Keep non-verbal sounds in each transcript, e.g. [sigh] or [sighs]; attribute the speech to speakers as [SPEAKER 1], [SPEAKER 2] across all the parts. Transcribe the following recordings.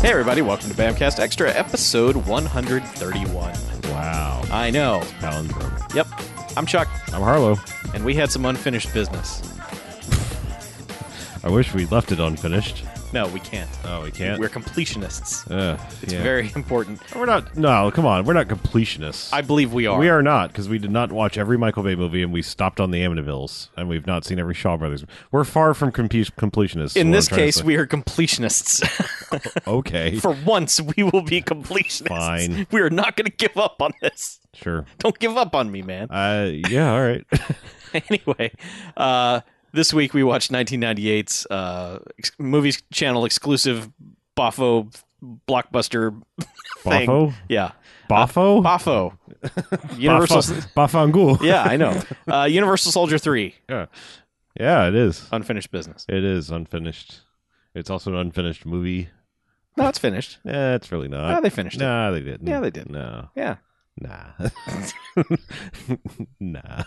[SPEAKER 1] Hey, everybody, welcome to Bamcast Extra, episode 131.
[SPEAKER 2] Wow.
[SPEAKER 1] I know.
[SPEAKER 2] Palindrome.
[SPEAKER 1] Yep, I'm Chuck,
[SPEAKER 2] I'm Harlow.
[SPEAKER 1] and we had some unfinished business.
[SPEAKER 2] I wish we left it unfinished.
[SPEAKER 1] No, we can't.
[SPEAKER 2] Oh, we can't.
[SPEAKER 1] We're completionists.
[SPEAKER 2] Ugh,
[SPEAKER 1] It's
[SPEAKER 2] yeah.
[SPEAKER 1] very important.
[SPEAKER 2] We're not. No, come on. We're not completionists.
[SPEAKER 1] I believe we are.
[SPEAKER 2] We are not because we did not watch every Michael Bay movie, and we stopped on the Amityvilles, and we've not seen every Shaw Brothers. We're far from compu- completionists.
[SPEAKER 1] In this
[SPEAKER 2] is what I'm trying to
[SPEAKER 1] case,
[SPEAKER 2] say.
[SPEAKER 1] we are completionists. [laughs]
[SPEAKER 2] [laughs] okay,
[SPEAKER 1] For once, we will be completionists.
[SPEAKER 2] Fine.
[SPEAKER 1] We are not going to give up on this.
[SPEAKER 2] sure.
[SPEAKER 1] Don't give up on me, man.
[SPEAKER 2] Uh, yeah, all right.
[SPEAKER 1] [laughs] anyway, uh, this week we watched 1998's uh, ex- Movies Channel exclusive Boffo blockbuster [laughs] thing. Uh,
[SPEAKER 2] Boffo?
[SPEAKER 1] Yeah.
[SPEAKER 2] Boffo, [laughs]
[SPEAKER 1] Boffo. Universal.
[SPEAKER 2] Boffo-
[SPEAKER 1] [laughs]
[SPEAKER 2] Boffangool.
[SPEAKER 1] yeah, I know. Uh, Universal Soldier 3,
[SPEAKER 2] yeah, [laughs] yeah. It is.
[SPEAKER 1] unfinished business.
[SPEAKER 2] It is unfinished. It's also an unfinished movie.
[SPEAKER 1] No, it's finished.
[SPEAKER 2] Eh, it's really not.
[SPEAKER 1] No, they finished it.
[SPEAKER 2] Nah, they didn't.
[SPEAKER 1] Yeah, they did.
[SPEAKER 2] No.
[SPEAKER 1] Yeah.
[SPEAKER 2] Nah. [laughs] nah.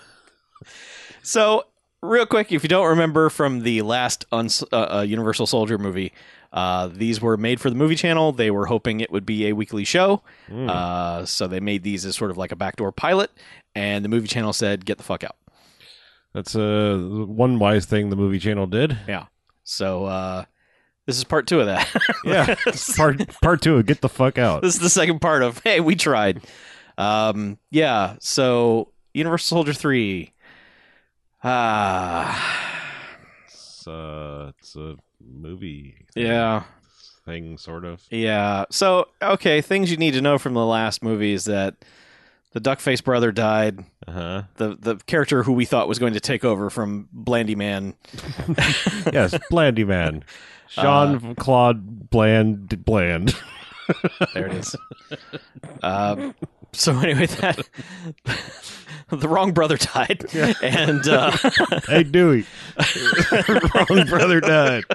[SPEAKER 1] So, real quick, if you don't remember from the last uns- uh, uh, Universal Soldier movie, uh, these were made for the movie channel. They were hoping it would be a weekly show.
[SPEAKER 2] Mm.
[SPEAKER 1] Uh, so they made these as sort of like a backdoor pilot, and the movie channel said, "Get the fuck out."
[SPEAKER 2] That's uh, one wise thing the movie channel did.
[SPEAKER 1] So uh, this is part two of that. [laughs]
[SPEAKER 2] Yeah.
[SPEAKER 1] this
[SPEAKER 2] [laughs] Part part two, get the
[SPEAKER 1] [laughs]
[SPEAKER 2] fuck out.
[SPEAKER 1] is the second part of "Hey, we tried." Um, yeah. So Universal Soldier three. Ah,
[SPEAKER 2] It's, uh, it's a movie.
[SPEAKER 1] yeah,
[SPEAKER 2] Thing, sort of.
[SPEAKER 1] yeah. So okay, things you need to know from the last movie is that the Duckface brother died.
[SPEAKER 2] Uh huh.
[SPEAKER 1] The the character who we thought was going to take over from Blandy Man
[SPEAKER 2] [laughs] Yes, Blandy Man.
[SPEAKER 1] Uh,
[SPEAKER 2] Jean Claude Bland Bland.
[SPEAKER 1] [laughs]
[SPEAKER 2] [laughs]
[SPEAKER 1] There it is. uh, so anyway, that [laughs] the wrong brother died, and [laughs] uh, [laughs]
[SPEAKER 2] hey, Dewey. Wrong brother died.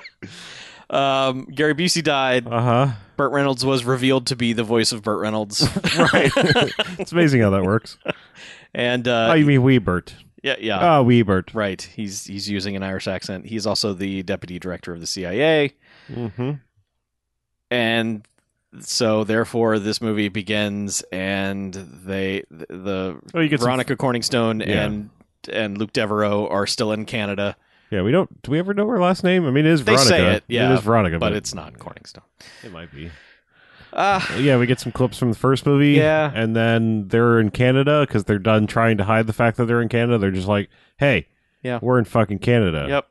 [SPEAKER 1] um, Gary Busey died.
[SPEAKER 2] Uh huh.
[SPEAKER 1] Burt Reynolds was revealed to be the voice of Burt Reynolds,
[SPEAKER 2] Right. [laughs] it's amazing how that works.
[SPEAKER 1] and
[SPEAKER 2] Oh,
[SPEAKER 1] uh,
[SPEAKER 2] you mean Weebert?
[SPEAKER 1] yeah, Uh, yeah,
[SPEAKER 2] Ah, Weebert.
[SPEAKER 1] right. He's he's using an Irish accent. He's also the deputy director of the CIA,
[SPEAKER 2] Mm-hmm.
[SPEAKER 1] and so therefore this movie begins, and they the,
[SPEAKER 2] Oh, you get some
[SPEAKER 1] Veronica Corningstone
[SPEAKER 2] Yeah.
[SPEAKER 1] and and Luke Devereaux are still in Canada.
[SPEAKER 2] Yeah, we don't. Do we ever know her last name? I mean, it is
[SPEAKER 1] They
[SPEAKER 2] Veronica.
[SPEAKER 1] say it, yeah,
[SPEAKER 2] it is Veronica,
[SPEAKER 1] But it's not Corningstone.
[SPEAKER 2] it might be.
[SPEAKER 1] Ah,
[SPEAKER 2] Yeah, we get some clips from the first movie.
[SPEAKER 1] Yeah.
[SPEAKER 2] and then they're in Canada because they're done trying to hide the fact that they're in Canada. They're just like, "Hey,
[SPEAKER 1] Yeah.
[SPEAKER 2] we're in fucking Canada."
[SPEAKER 1] Yep.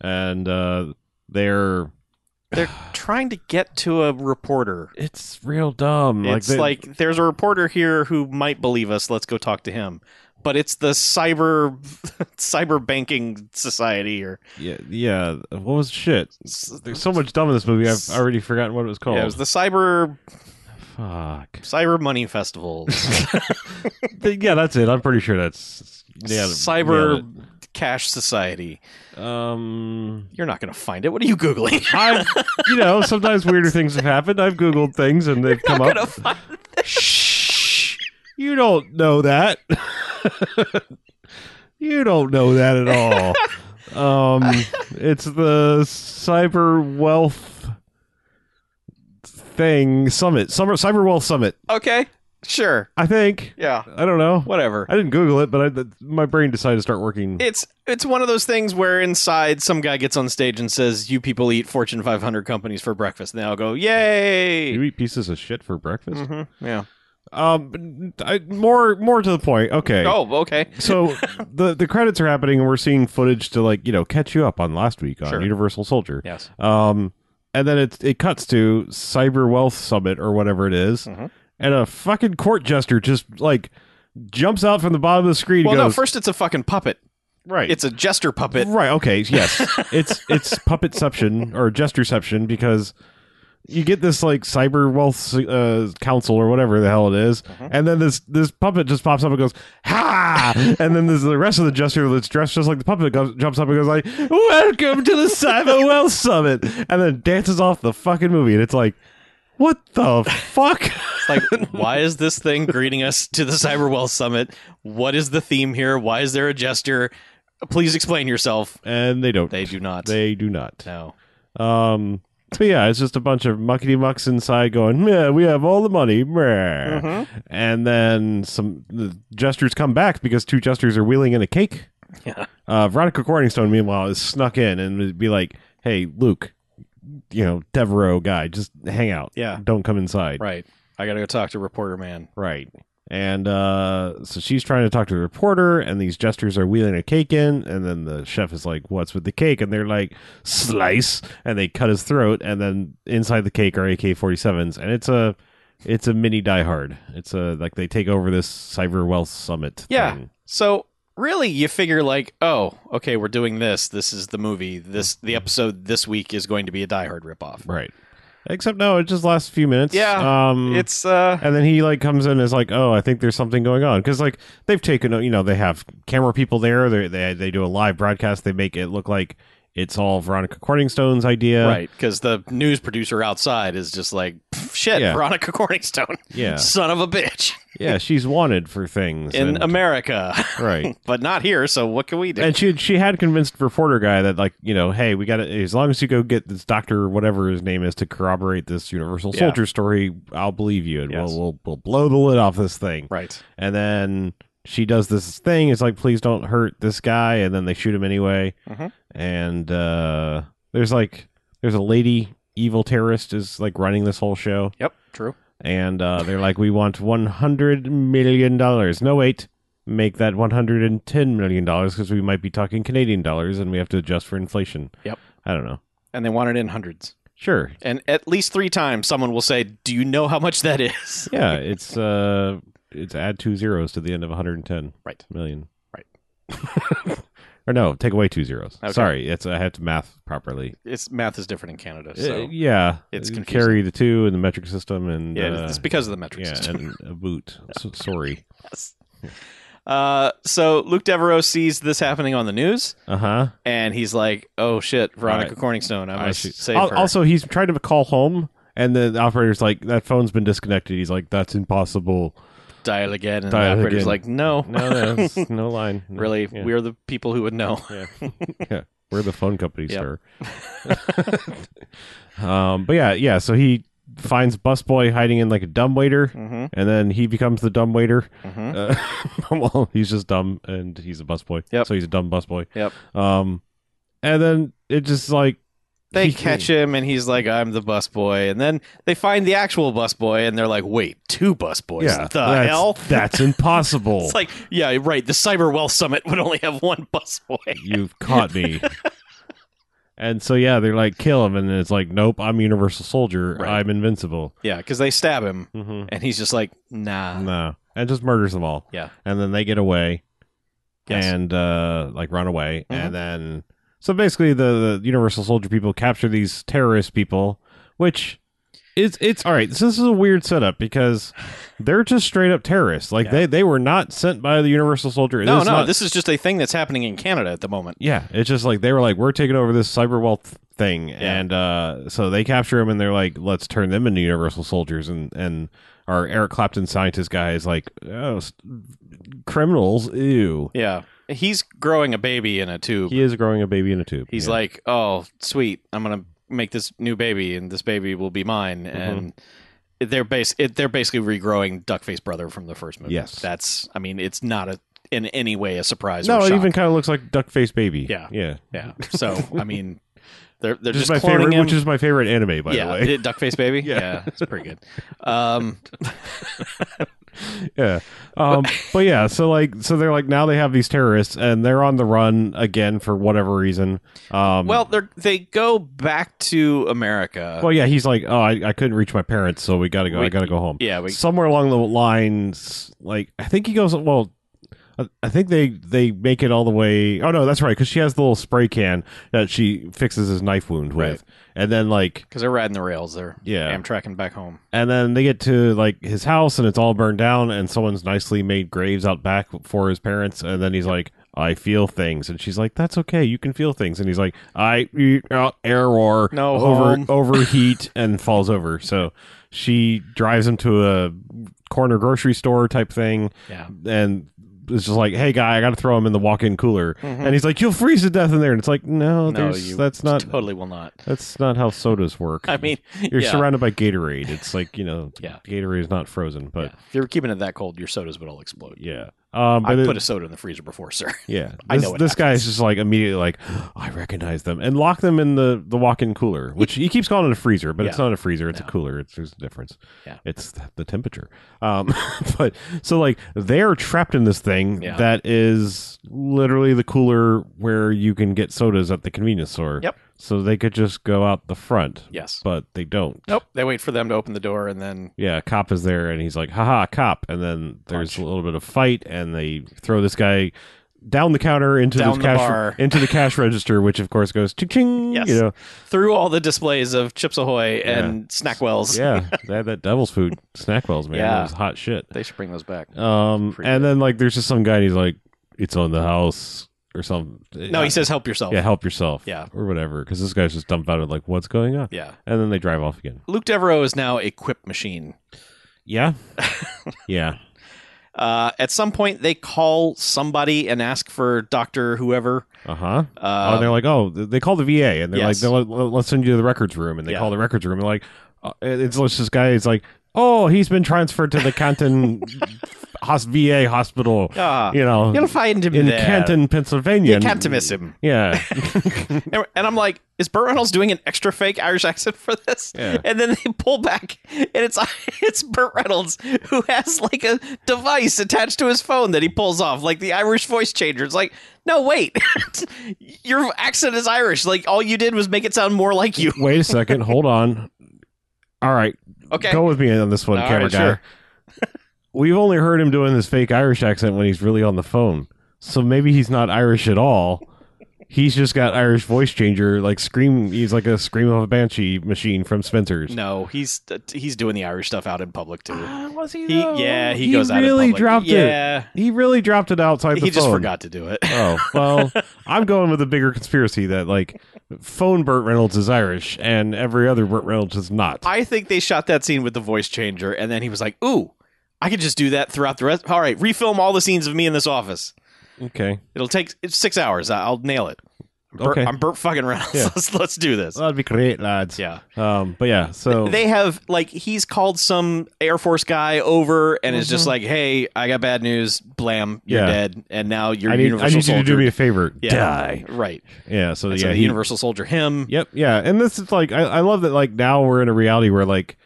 [SPEAKER 2] and uh, they're
[SPEAKER 1] They're trying to get to a reporter.
[SPEAKER 2] it's real dumb.
[SPEAKER 1] It's
[SPEAKER 2] they-
[SPEAKER 1] like, there's a reporter here who might believe us. Let's go talk to him. But it's the cyber [laughs] cyber banking society or
[SPEAKER 2] yeah, yeah. What was shit?
[SPEAKER 1] S-
[SPEAKER 2] There's so much dumb in this movie. I've
[SPEAKER 1] S-
[SPEAKER 2] already forgotten what it was called.
[SPEAKER 1] yeah, it was the cyber
[SPEAKER 2] Fuck.
[SPEAKER 1] cyber money
[SPEAKER 2] [laughs]
[SPEAKER 1] festival,
[SPEAKER 2] yeah, that's it. I'm pretty sure that's yeah.
[SPEAKER 1] cyber cash society.
[SPEAKER 2] nailed it. Um.
[SPEAKER 1] You're not going to find it. What are you googling? [laughs]
[SPEAKER 2] I've, you know, sometimes weirder things have happened. I've Googled things and they've come
[SPEAKER 1] Not gonna
[SPEAKER 2] up.
[SPEAKER 1] find it.
[SPEAKER 2] Shh. You don't know that. [laughs] you don't know that at all. Um, it's the Cyber Wealth thing summit. Summer Cyber Wealth Summit.
[SPEAKER 1] Okay, sure,
[SPEAKER 2] I think.
[SPEAKER 1] yeah,
[SPEAKER 2] I don't know.
[SPEAKER 1] whatever.
[SPEAKER 2] I didn't Google it, but I, th- my brain decided to start working.
[SPEAKER 1] It's it's one of those things where inside some guy gets on stage and says, "You people eat Fortune 500 companies for breakfast," and they all go, "Yay!"
[SPEAKER 2] you eat pieces of shit for breakfast.
[SPEAKER 1] Mhm, Yeah.
[SPEAKER 2] Um, I, more more to the point. Okay.
[SPEAKER 1] Oh, okay. [laughs]
[SPEAKER 2] so the the credits are happening and we're seeing footage to like you know catch you up on last week on
[SPEAKER 1] Sure.
[SPEAKER 2] universal soldier
[SPEAKER 1] Yes.
[SPEAKER 2] um and then it it cuts to cyber wealth summit or whatever it is,
[SPEAKER 1] Mhm.
[SPEAKER 2] and a fucking court jester just like jumps out from the bottom of the screen
[SPEAKER 1] Well,
[SPEAKER 2] and
[SPEAKER 1] no.
[SPEAKER 2] goes
[SPEAKER 1] First, it's a fucking puppet.
[SPEAKER 2] right
[SPEAKER 1] It's a jester puppet.
[SPEAKER 2] right okay yes it's it's puppetception or gesterception because you get this like cyber wealth uh, council or whatever the hell it is, and then this this puppet just pops up and goes ha, and then there's the rest of the jester that's dressed just like the puppet goes, jumps up and goes like welcome to the cyber wealth summit, and then dances off the fucking movie, and it's like what the fuck.
[SPEAKER 1] It's like, why is this thing greeting us to the Cyberwell Summit? What is the theme here? Why is there a jester? Please explain yourself.
[SPEAKER 2] And they don't.
[SPEAKER 1] They do not.
[SPEAKER 2] They do not.
[SPEAKER 1] no.
[SPEAKER 2] Um, But yeah, it's just a bunch of muckety mucks inside going, yeah, we have all the money. meh."
[SPEAKER 1] Mm-hmm.
[SPEAKER 2] And then some the jesters come back because two jesters are wheeling in a cake.
[SPEAKER 1] Yeah.
[SPEAKER 2] Uh, Veronica Corningstone, meanwhile, is snuck in and would be like, hey, Luke, you know, Devereaux guy, just hang out.
[SPEAKER 1] Yeah.
[SPEAKER 2] Don't come inside.
[SPEAKER 1] Right. I gotta go talk to reporter man.
[SPEAKER 2] Right. And uh, so she's trying to talk to the reporter, and these jesters are wheeling a cake in. And then the chef is like, What's with the cake? And they're like, Slice. And they cut his throat. And then inside the cake are AK 47s. And it's a. It's a mini Die Hard. It's a like they take over this cyber wealth summit.
[SPEAKER 1] Yeah.
[SPEAKER 2] thing.
[SPEAKER 1] So really you figure like, oh, okay, we're doing this. This is the movie. This the episode this week is going to be a Die Hard ripoff.
[SPEAKER 2] right. Except no, it just lasts a few minutes.
[SPEAKER 1] Yeah.
[SPEAKER 2] um,
[SPEAKER 1] It's uh
[SPEAKER 2] And then he like comes in and is like, "Oh, I think there's something going on." Cuz like they've taken, you know, they have camera people there. They they they do a live broadcast. They make it look like it's all Veronica Corningstone's idea.
[SPEAKER 1] Right, because the news producer outside is just like, "Pff, shit,
[SPEAKER 2] Yeah.
[SPEAKER 1] Veronica Corningstone,
[SPEAKER 2] Yeah.
[SPEAKER 1] son of a bitch,
[SPEAKER 2] Yeah, she's wanted for things
[SPEAKER 1] in
[SPEAKER 2] and-
[SPEAKER 1] America, [laughs]
[SPEAKER 2] Right.
[SPEAKER 1] but not here. So what can we do?
[SPEAKER 2] And she she had convinced reporter guy that like you know hey we got to as long as you go get this doctor or whatever his name is to corroborate this Universal
[SPEAKER 1] Yeah.
[SPEAKER 2] Soldier story I'll believe you and
[SPEAKER 1] Yes.
[SPEAKER 2] we'll, we'll we'll blow the lid off this thing
[SPEAKER 1] right.
[SPEAKER 2] and then she does this thing it's like please don't hurt this guy and then they shoot him anyway
[SPEAKER 1] Mhm.
[SPEAKER 2] and uh there's like there's a lady evil terrorist is like running this whole show
[SPEAKER 1] Yep. True.
[SPEAKER 2] and uh they're like we want 100 million dollars no wait make that 110 million dollars because we might be talking canadian dollars and we have to adjust for inflation
[SPEAKER 1] Yep.
[SPEAKER 2] i don't know
[SPEAKER 1] And they want it in hundreds.
[SPEAKER 2] sure
[SPEAKER 1] And at least three times, someone will say, "Do you know how much that is?"
[SPEAKER 2] [laughs] yeah it's uh it's add two zeros to the end of 110
[SPEAKER 1] Right.
[SPEAKER 2] million.
[SPEAKER 1] Right.
[SPEAKER 2] [laughs] or no, take away two zeros.
[SPEAKER 1] Okay.
[SPEAKER 2] Sorry, it's I have to math properly.
[SPEAKER 1] It's math is different in Canada,
[SPEAKER 2] Uh,
[SPEAKER 1] so
[SPEAKER 2] yeah,
[SPEAKER 1] it's
[SPEAKER 2] You
[SPEAKER 1] confusing.
[SPEAKER 2] carry the two in the metric system and
[SPEAKER 1] yeah,
[SPEAKER 2] uh,
[SPEAKER 1] it's because of the metric
[SPEAKER 2] yeah,
[SPEAKER 1] system.
[SPEAKER 2] and a boot. So, sorry.
[SPEAKER 1] [laughs] Uh, so Luke Devereaux sees this happening on the news,
[SPEAKER 2] Uh huh.
[SPEAKER 1] and he's like, "Oh shit, Veronica
[SPEAKER 2] Right.
[SPEAKER 1] Corningstone, I must save her."
[SPEAKER 2] Also, he's trying to call home, and the operator's like, "That phone's been disconnected." He's like, "That's impossible."
[SPEAKER 1] dial again, and
[SPEAKER 2] Dial
[SPEAKER 1] the operator's
[SPEAKER 2] again.
[SPEAKER 1] like, [laughs] "No,
[SPEAKER 2] No, that's [laughs] no line. No.
[SPEAKER 1] really,
[SPEAKER 2] Yeah.
[SPEAKER 1] we're the people who would know."
[SPEAKER 2] [laughs]
[SPEAKER 1] [laughs]
[SPEAKER 2] Yeah. yeah. We're the phone company,
[SPEAKER 1] Yep.
[SPEAKER 2] sir.
[SPEAKER 1] [laughs]
[SPEAKER 2] [laughs] um, but yeah, yeah. So he finds busboy hiding in like a dumbwaiter,
[SPEAKER 1] Mm-hmm.
[SPEAKER 2] and then he becomes the dumbwaiter.
[SPEAKER 1] Mm-hmm.
[SPEAKER 2] Uh, [laughs] well, he's just dumb, and he's a busboy.
[SPEAKER 1] Yep.
[SPEAKER 2] So he's a dumb busboy.
[SPEAKER 1] Yep.
[SPEAKER 2] Um, and then it just like
[SPEAKER 1] They
[SPEAKER 2] he-
[SPEAKER 1] catch him, and he's like, "I'm the bus boy." And then they find the actual bus boy, and they're like, "Wait, two bus boys?
[SPEAKER 2] Yeah,
[SPEAKER 1] the
[SPEAKER 2] that's,
[SPEAKER 1] hell?"
[SPEAKER 2] That's impossible.
[SPEAKER 1] [laughs] It's like, yeah, right. The Cyber Wealth Summit would only have one bus boy.
[SPEAKER 2] You've
[SPEAKER 1] [laughs]
[SPEAKER 2] caught me. and so yeah, they're like kill him, and it's like nope, I'm Universal Soldier.
[SPEAKER 1] Right.
[SPEAKER 2] I'm invincible.
[SPEAKER 1] [laughs] Yeah, because they stab him,
[SPEAKER 2] Mm-hmm.
[SPEAKER 1] and he's just like, "Nah."
[SPEAKER 2] No, and just murders them all.
[SPEAKER 1] Yeah.
[SPEAKER 2] and then they get away
[SPEAKER 1] Yes.
[SPEAKER 2] and uh, like run away,
[SPEAKER 1] Mhm.
[SPEAKER 2] and then so basically the, the Universal Soldier people capture these terrorist people, which is it's all right. So this is a weird setup because they're just straight up terrorists. Like
[SPEAKER 1] Yeah.
[SPEAKER 2] they they were not sent by the Universal Soldier.
[SPEAKER 1] no,
[SPEAKER 2] This is
[SPEAKER 1] no,
[SPEAKER 2] not-
[SPEAKER 1] this is just a thing that's happening in Canada at the moment.
[SPEAKER 2] yeah, it's just like they were like we're taking over this cyber wealth thing,
[SPEAKER 1] Yeah.
[SPEAKER 2] and uh, so they capture him, and they're like, let's turn them into Universal Soldiers, and and our Eric Clapton scientist guy is like, oh, s- criminals, ew.
[SPEAKER 1] Yeah, he's growing a baby in a tube.
[SPEAKER 2] He is growing a baby in a tube.
[SPEAKER 1] he's
[SPEAKER 2] Yeah.
[SPEAKER 1] like, "Oh, sweet, I'm gonna make this new baby, and this baby will be mine."
[SPEAKER 2] Mm-hmm.
[SPEAKER 1] And they're bas- it, they're basically regrowing Duckface Brother from the first movie.
[SPEAKER 2] Yes.
[SPEAKER 1] that's. I mean, it's not a in any way a surprise. or
[SPEAKER 2] no, it
[SPEAKER 1] shock.
[SPEAKER 2] even kind of looks like duck face baby.
[SPEAKER 1] Yeah.
[SPEAKER 2] yeah.
[SPEAKER 1] yeah. [laughs] So I mean, they're they're
[SPEAKER 2] Which
[SPEAKER 1] just,
[SPEAKER 2] is my
[SPEAKER 1] cloning
[SPEAKER 2] favorite,
[SPEAKER 1] him.
[SPEAKER 2] which is my favorite anime, by
[SPEAKER 1] yeah,
[SPEAKER 2] the way. [laughs]
[SPEAKER 1] it- Duckface Baby.
[SPEAKER 2] Yeah.
[SPEAKER 1] it's pretty good. Um,
[SPEAKER 2] yeah. Um, but yeah, so like, so they're like now they have these terrorists and they're on the run again for whatever reason. Um,
[SPEAKER 1] well, they they go back to America.
[SPEAKER 2] well, yeah, he's like, oh, I, I couldn't reach my parents, so we gotta go.
[SPEAKER 1] We-
[SPEAKER 2] I gotta go home.
[SPEAKER 1] yeah, we,
[SPEAKER 2] Somewhere along the lines, like I think he goes. Well, I, I think they they make it all the way. Oh no, that's right, because she has the little spray can that she fixes his knife wound with,
[SPEAKER 1] Right.
[SPEAKER 2] and then like
[SPEAKER 1] because they're riding the rails. They're
[SPEAKER 2] Yeah.
[SPEAKER 1] Amtraking back home.
[SPEAKER 2] And then they get to like his house and it's all burned down and someone's nicely made graves out back for his parents and then he's like I feel things and she's like that's okay you can feel things and he's like I uh, error
[SPEAKER 1] No
[SPEAKER 2] over
[SPEAKER 1] home. [laughs]
[SPEAKER 2] overheat and falls over so she drives him to a corner grocery store type thing
[SPEAKER 1] Yeah,
[SPEAKER 2] and is just like, "Hey, guy, I got to throw him in the walk-in cooler," and he's like, "You'll freeze to death in there." And it's like, "No,
[SPEAKER 1] Mm-hmm. no,
[SPEAKER 2] there's,
[SPEAKER 1] you
[SPEAKER 2] that's
[SPEAKER 1] [laughs]
[SPEAKER 2] not
[SPEAKER 1] totally will not.
[SPEAKER 2] that's not how sodas work."
[SPEAKER 1] I mean,
[SPEAKER 2] you're
[SPEAKER 1] yeah.
[SPEAKER 2] surrounded by Gatorade. It's like you know,
[SPEAKER 1] [laughs] Yeah.
[SPEAKER 2] Gatorade is not frozen, but
[SPEAKER 1] Yeah. If you're keeping it that cold, your sodas would all explode.
[SPEAKER 2] yeah. Um, but
[SPEAKER 1] I
[SPEAKER 2] it-
[SPEAKER 1] put a soda in the freezer before, [laughs] sir.
[SPEAKER 2] yeah, this,
[SPEAKER 1] I know what
[SPEAKER 2] this guy is just like immediately like, [gasps] I recognize them, and lock them in the the walk-in cooler, which he keeps calling it a freezer, but it's
[SPEAKER 1] Yeah.
[SPEAKER 2] not a freezer; it's
[SPEAKER 1] No.
[SPEAKER 2] a cooler. It's there's a difference.
[SPEAKER 1] Yeah.
[SPEAKER 2] it's th- the temperature. Um, [laughs] but so like they're trapped in this thing
[SPEAKER 1] Yeah.
[SPEAKER 2] that is literally the cooler where you can get sodas at the convenience store.
[SPEAKER 1] Yep.
[SPEAKER 2] So they could just go out the front,
[SPEAKER 1] Yes.
[SPEAKER 2] but they don't.
[SPEAKER 1] Nope. They wait for them to open the door and then
[SPEAKER 2] Yeah, a cop is there and he's like, haha, cop. And then there's
[SPEAKER 1] Punch.
[SPEAKER 2] a little bit of fight and they throw this guy down the counter into
[SPEAKER 1] Down
[SPEAKER 2] the
[SPEAKER 1] the
[SPEAKER 2] cash
[SPEAKER 1] bar.
[SPEAKER 2] [laughs] into the cash register, which of course goes ching ching.
[SPEAKER 1] Yes. [laughs]
[SPEAKER 2] You know,
[SPEAKER 1] through all the displays of Chips Ahoy and Snackwells.
[SPEAKER 2] yeah. They had that devil's food snack wells, man.
[SPEAKER 1] Yeah.
[SPEAKER 2] It was hot shit.
[SPEAKER 1] They should bring those back.
[SPEAKER 2] Um
[SPEAKER 1] Pretty
[SPEAKER 2] and
[SPEAKER 1] good.
[SPEAKER 2] then like there's just some guy and he's like, It's on the house or something.
[SPEAKER 1] no, he says help yourself.
[SPEAKER 2] Yeah, help yourself.
[SPEAKER 1] Yeah.
[SPEAKER 2] Or whatever. Because this guy's just dumbfounded, like, what's going on?
[SPEAKER 1] Yeah.
[SPEAKER 2] And then they drive off again.
[SPEAKER 1] Luke Devereaux is now a quip machine.
[SPEAKER 2] Yeah.
[SPEAKER 1] [laughs]
[SPEAKER 2] yeah.
[SPEAKER 1] Uh, at some point, they call somebody and ask for Doctor whoever.
[SPEAKER 2] Uh huh. Oh,
[SPEAKER 1] Uh,
[SPEAKER 2] and they're like, oh, th- they call the VA, and they're
[SPEAKER 1] Yes.
[SPEAKER 2] like, they'll, let's send you to the records room, and they
[SPEAKER 1] Yeah.
[SPEAKER 2] call the records room, and like, uh, it's it's this guy is like, oh, he's been transferred to the
[SPEAKER 1] [laughs]
[SPEAKER 2] Canton hos- VA hospital,
[SPEAKER 1] ah,
[SPEAKER 2] you know,
[SPEAKER 1] You'll find him
[SPEAKER 2] in
[SPEAKER 1] there.
[SPEAKER 2] Canton, Pennsylvania.
[SPEAKER 1] You
[SPEAKER 2] And-
[SPEAKER 1] can't miss him. [laughs]
[SPEAKER 2] Yeah,
[SPEAKER 1] And, and I'm like, is Burt Reynolds doing an extra fake Irish accent for this?
[SPEAKER 2] Yeah.
[SPEAKER 1] And then they pull back, and it's [laughs] it's Burt Reynolds who has like a device attached to his phone that he pulls off, like the Irish voice changer. It's like, no, wait, [laughs] your accent is Irish. Like all you did was make it sound more like you.
[SPEAKER 2] wait a second, hold on. All right,
[SPEAKER 1] Okay.
[SPEAKER 2] go with me on this one,
[SPEAKER 1] All
[SPEAKER 2] camera
[SPEAKER 1] right,
[SPEAKER 2] guy. [laughs]
[SPEAKER 1] sure.
[SPEAKER 2] We've only heard him doing this fake Irish accent when he's really on the phone, so maybe he's not Irish at all. He's just got Irish voice changer, like scream. He's like a scream of a banshee machine from Spencer's.
[SPEAKER 1] No, he's he's doing the Irish stuff out in public too.
[SPEAKER 2] was
[SPEAKER 1] He, yeah, Ah, he, goes out.
[SPEAKER 2] really
[SPEAKER 1] in public.
[SPEAKER 2] dropped it.
[SPEAKER 1] yeah,
[SPEAKER 2] He really dropped it outside the
[SPEAKER 1] he just
[SPEAKER 2] phone.
[SPEAKER 1] forgot to do it. [laughs]
[SPEAKER 2] Oh well, I'm going with a bigger conspiracy that like phone Burt Reynolds is Irish and every other Burt Reynolds is not.
[SPEAKER 1] I think they shot that scene with the voice changer, and then he was like, "Ooh, I could just do that throughout the rest." All right, refilm all the scenes of me in this office.
[SPEAKER 2] Okay,
[SPEAKER 1] It'll take it's six hours. I- I'll nail it. Bur-
[SPEAKER 2] Okay.
[SPEAKER 1] I'm Burt fucking [laughs] Reynolds.
[SPEAKER 2] Yeah.
[SPEAKER 1] let's let's do this.
[SPEAKER 2] that'd be great, lads.
[SPEAKER 1] yeah,
[SPEAKER 2] Um, but yeah, so
[SPEAKER 1] [laughs] they have like he's called some Air Force guy over, and is just like, "Hey, I got bad news. Blam, you're
[SPEAKER 2] Yeah.
[SPEAKER 1] dead, and now you're
[SPEAKER 2] I need, I
[SPEAKER 1] Universal
[SPEAKER 2] need you
[SPEAKER 1] Soldier."
[SPEAKER 2] to do me a favor.
[SPEAKER 1] [laughs] yeah,
[SPEAKER 2] Die.
[SPEAKER 1] right.
[SPEAKER 2] Yeah. So
[SPEAKER 1] And
[SPEAKER 2] yeah,
[SPEAKER 1] so the
[SPEAKER 2] he-
[SPEAKER 1] Universal Soldier him.
[SPEAKER 2] Yep. Yeah. And this is like I, I love that like now we're in a reality where like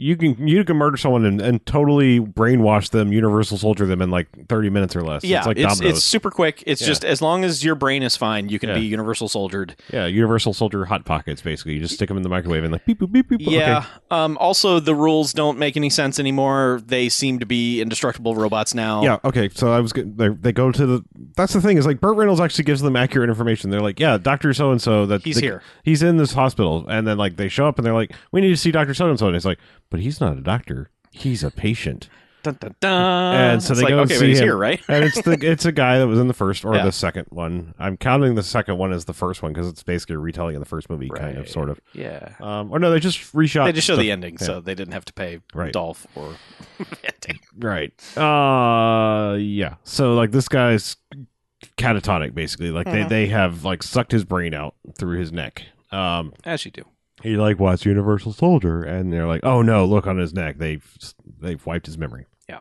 [SPEAKER 2] you can you can murder someone and, and totally brainwash them, universal soldier them in like thirty minutes or less.
[SPEAKER 1] Yeah,
[SPEAKER 2] It's like
[SPEAKER 1] it's,
[SPEAKER 2] dominoes.
[SPEAKER 1] super quick. It's
[SPEAKER 2] Yeah.
[SPEAKER 1] just as long as your brain is fine, you can
[SPEAKER 2] Yeah.
[SPEAKER 1] be universal soldiered.
[SPEAKER 2] yeah, universal soldier hot pockets basically. You just stick them in the microwave and like beep boop beep beep. boop.
[SPEAKER 1] Yeah.
[SPEAKER 2] Oh, Okay.
[SPEAKER 1] Um, also, the rules don't make any sense anymore. They seem to be indestructible robots now.
[SPEAKER 2] Yeah. Okay. So I was getting, they, they go to the. That's the thing is like Burt Reynolds actually gives them accurate information. They're like, yeah, Doctor So and So that
[SPEAKER 1] He's
[SPEAKER 2] the-
[SPEAKER 1] here.
[SPEAKER 2] He's in this hospital, and then like they show up and they're like, we need to see Doctor So and So, and it's like, but he's not a doctor. He's a patient.
[SPEAKER 1] Dun, dun, dun.
[SPEAKER 2] and so
[SPEAKER 1] It's
[SPEAKER 2] they
[SPEAKER 1] like, okay,
[SPEAKER 2] go and
[SPEAKER 1] but
[SPEAKER 2] see
[SPEAKER 1] he's
[SPEAKER 2] him.
[SPEAKER 1] here, right?
[SPEAKER 2] and it's the it's a guy that was in the first
[SPEAKER 1] [laughs]
[SPEAKER 2] or
[SPEAKER 1] Yeah.
[SPEAKER 2] the second one. I'm counting the second one as the first one because it's basically a retelling of the first movie, kind of,
[SPEAKER 1] Right.
[SPEAKER 2] sort of.
[SPEAKER 1] Yeah.
[SPEAKER 2] Um, or no, they just reshot.
[SPEAKER 1] They just show
[SPEAKER 2] stuff.
[SPEAKER 1] the ending, so they didn't have to pay
[SPEAKER 2] Right.
[SPEAKER 1] Dolph or [laughs] Van
[SPEAKER 2] right. Uh, yeah. So like this guy's catatonic, basically. Like
[SPEAKER 1] Mhm.
[SPEAKER 2] they they have like sucked his brain out through his neck. Um,
[SPEAKER 1] As you do.
[SPEAKER 2] he like watched Universal Soldier, and they're like, "Oh no, look on his neck. They've they've wiped his memory."
[SPEAKER 1] Yeah.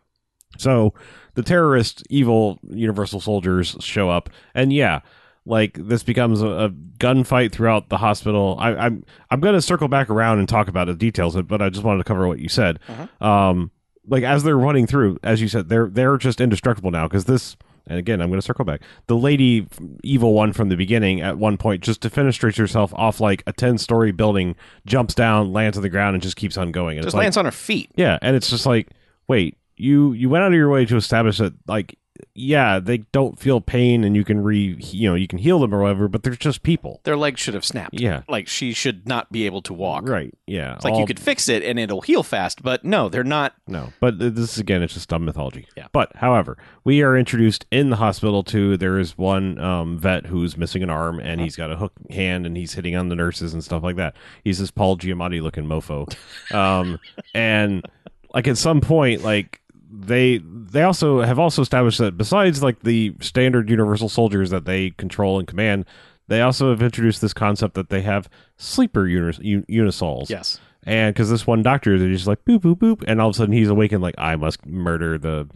[SPEAKER 2] So the terrorist, evil Universal Soldiers show up, and yeah, like this becomes a, a gunfight throughout the hospital. I, I'm I'm going to circle back around and talk about the details, of it, but I just wanted to cover what you said.
[SPEAKER 1] Uh-huh.
[SPEAKER 2] Um, like as they're running through, as you said, they're they're just indestructible now because this. And again, I'm going to circle back. The lady, evil one from the beginning, at one point just defenestrates herself off like a ten story building, jumps down, lands on the ground, and just keeps on going. And
[SPEAKER 1] Just
[SPEAKER 2] it's like,
[SPEAKER 1] lands on her feet.
[SPEAKER 2] yeah, and it's just like, wait, you you went out of your way to establish that, like, yeah, they don't feel pain, and you can re, you know, you can heal them or whatever, but they're just people.
[SPEAKER 1] Their legs should have snapped.
[SPEAKER 2] Yeah,
[SPEAKER 1] Like she should not be able to walk.
[SPEAKER 2] right. Yeah,
[SPEAKER 1] It's like you could fix it and it'll heal fast, but no, they're not.
[SPEAKER 2] No, but th- this again, it's just dumb mythology.
[SPEAKER 1] Yeah.
[SPEAKER 2] But however, we are introduced in the hospital to there is one um, vet who's missing an arm and he's got a hook hand and he's hitting on the nurses and stuff like that. He's this Paul Giamatti looking mofo, um, and like at some point, like they they also have also established that besides like the standard universal soldiers that they control and command, they also have introduced this concept that they have sleeper unis- un- unisols.
[SPEAKER 1] Yes.
[SPEAKER 2] And because this one doctor, they're just like boop boop boop, and all of a sudden he's awakened, like I must murder the,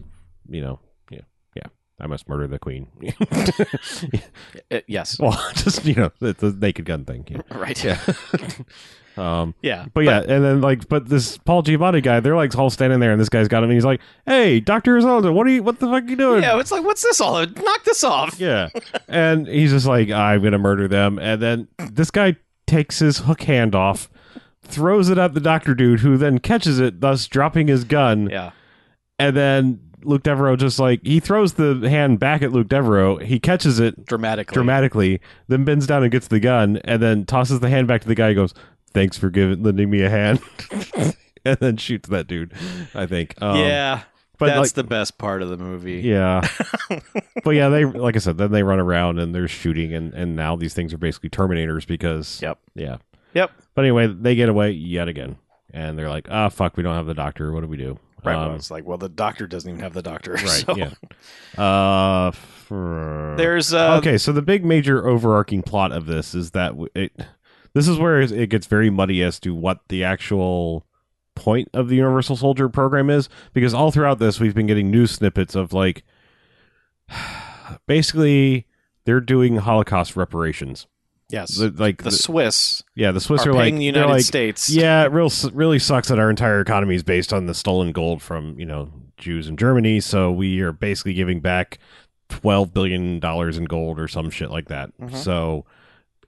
[SPEAKER 2] you know, yeah, yeah, I must murder the queen. [laughs]
[SPEAKER 1] Uh, yes.
[SPEAKER 2] well, [laughs] just you know, the, the naked gun thing. yeah.
[SPEAKER 1] Right. Yeah.
[SPEAKER 2] Um,
[SPEAKER 1] [laughs] Yeah.
[SPEAKER 2] but yeah, and then like, but this Paul Giamatti guy, they're like all standing there, and this guy's got him, and he's like, "Hey, Doctor Arizona, what are you? What the fuck are you doing?"
[SPEAKER 1] Yeah, it's like, what's this all? about? Knock this off.
[SPEAKER 2] Yeah. and he's just like, "I'm gonna murder them," and then this guy takes his hook hand off, throws it at the doctor dude, who then catches it, thus dropping his gun,
[SPEAKER 1] Yeah.
[SPEAKER 2] and then. Luke Devereaux just like he throws the hand back at Luke Devereaux. He catches it,
[SPEAKER 1] Dramatically.
[SPEAKER 2] dramatically, then bends down and gets the gun, and then tosses the hand back to the guy. and Goes, "Thanks for giving lending me a hand," [laughs] and then shoots that dude. I think. Um,
[SPEAKER 1] yeah.
[SPEAKER 2] but
[SPEAKER 1] that's
[SPEAKER 2] like-
[SPEAKER 1] the best part of the movie. [laughs]
[SPEAKER 2] yeah. but yeah, they like I said, then they run around and they're shooting, and and now these things are basically Terminators because
[SPEAKER 1] Yep.
[SPEAKER 2] yeah.
[SPEAKER 1] Yep.
[SPEAKER 2] But anyway, they get away yet again, and they're like, "Ah, fuck, we don't have the doctor. What do we do?"
[SPEAKER 1] Right.
[SPEAKER 2] Um,
[SPEAKER 1] well, it's like, well, the doctor doesn't even have the doctor. [laughs]
[SPEAKER 2] [laughs]
[SPEAKER 1] Right.
[SPEAKER 2] right. Yeah. Uh. for-
[SPEAKER 1] There's uh,
[SPEAKER 2] okay, so the big major overarching plot of this is that w- it. This is where it gets very muddy as to what the actual point of the Universal Soldier program is, because all throughout this we've been getting news snippets of like, [sighs] basically they're doing Holocaust reparations.
[SPEAKER 1] yes.
[SPEAKER 2] The-
[SPEAKER 1] The,
[SPEAKER 2] like, the-
[SPEAKER 1] Swiss
[SPEAKER 2] yeah, the Swiss
[SPEAKER 1] are,
[SPEAKER 2] are,
[SPEAKER 1] paying
[SPEAKER 2] like
[SPEAKER 1] the
[SPEAKER 2] they're
[SPEAKER 1] United
[SPEAKER 2] like,
[SPEAKER 1] States.
[SPEAKER 2] yeah, it real really sucks that our entire economy is based on the stolen gold from you know Jews in Germany. So we are basically giving back twelve billion dollars in gold or some shit like that.
[SPEAKER 1] Mhm.
[SPEAKER 2] So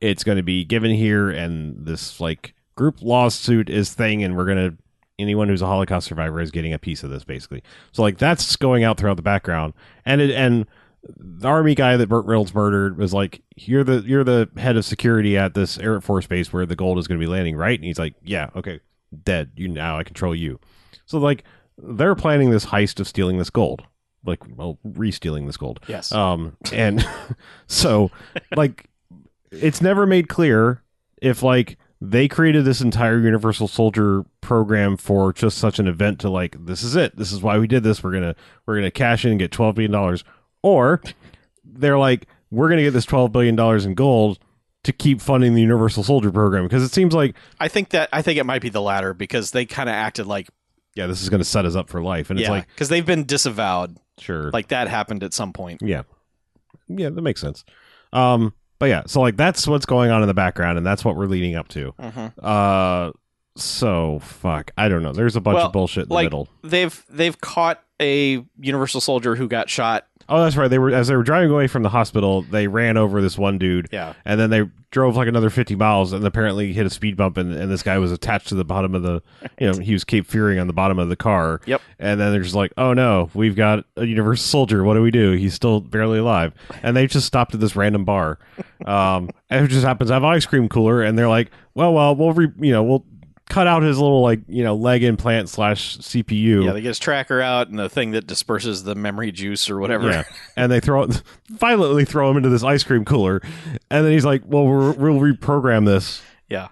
[SPEAKER 2] it's going to be given here, and this like group lawsuit is thing, and we're gonna anyone who's a Holocaust survivor is getting a piece of this basically. So like that's going out throughout the background, and it and the army guy that Burt Reynolds murdered was like, "You're the you're the head of security at this Air Force base where the gold is going to be landing, right?" And he's like, "Yeah, okay, dead. You now I control you." So like they're planning this heist of stealing this gold, like well, re-stealing this gold.
[SPEAKER 1] Yes.
[SPEAKER 2] Um, and [laughs] so like it's never made clear if like they created this entire universal soldier program for just such an event to like this is it this is why we did this we're gonna we're gonna cash in and get 12 billion dollars or they're like we're gonna get this 12 billion dollars in gold to keep funding the universal soldier program because it seems like
[SPEAKER 1] I think that I think it might be the latter because they kind of acted like
[SPEAKER 2] yeah this is gonna set us up for life and
[SPEAKER 1] yeah,
[SPEAKER 2] it's like
[SPEAKER 1] because they've been disavowed.
[SPEAKER 2] sure
[SPEAKER 1] Like that happened at some point.
[SPEAKER 2] Yeah. Yeah, that makes sense. Um, but yeah, so like that's what's going on in the background and that's what we're leading up to.
[SPEAKER 1] Mhm.
[SPEAKER 2] Uh so fuck. I don't know. There's a bunch
[SPEAKER 1] Well,
[SPEAKER 2] of bullshit in
[SPEAKER 1] like-
[SPEAKER 2] the middle.
[SPEAKER 1] They've they've caught a Universal soldier who got shot.
[SPEAKER 2] Oh, that's right. They were as they were driving away from the hospital, they ran over this one dude
[SPEAKER 1] Yeah.
[SPEAKER 2] and then they drove like another 50 miles and apparently hit a speed bump and, and this guy was attached to the bottom of the you know he was cape fearing on the bottom of the car
[SPEAKER 1] Yep.
[SPEAKER 2] and then they're just like oh no we've got a universal soldier what do we do he's still barely alive and they just stopped at this random bar um [laughs] and it just happens to have an ice cream cooler and they're like well well we'll re- you know we'll cut out his little like you know leg implant slash cpu
[SPEAKER 1] Yeah, they get his tracker out and the thing that disperses the memory juice or whatever.
[SPEAKER 2] Yeah. and they throw [laughs] violently throw him into this ice cream cooler, and then he's like, "Well, we're, we'll reprogram this."
[SPEAKER 1] Yeah.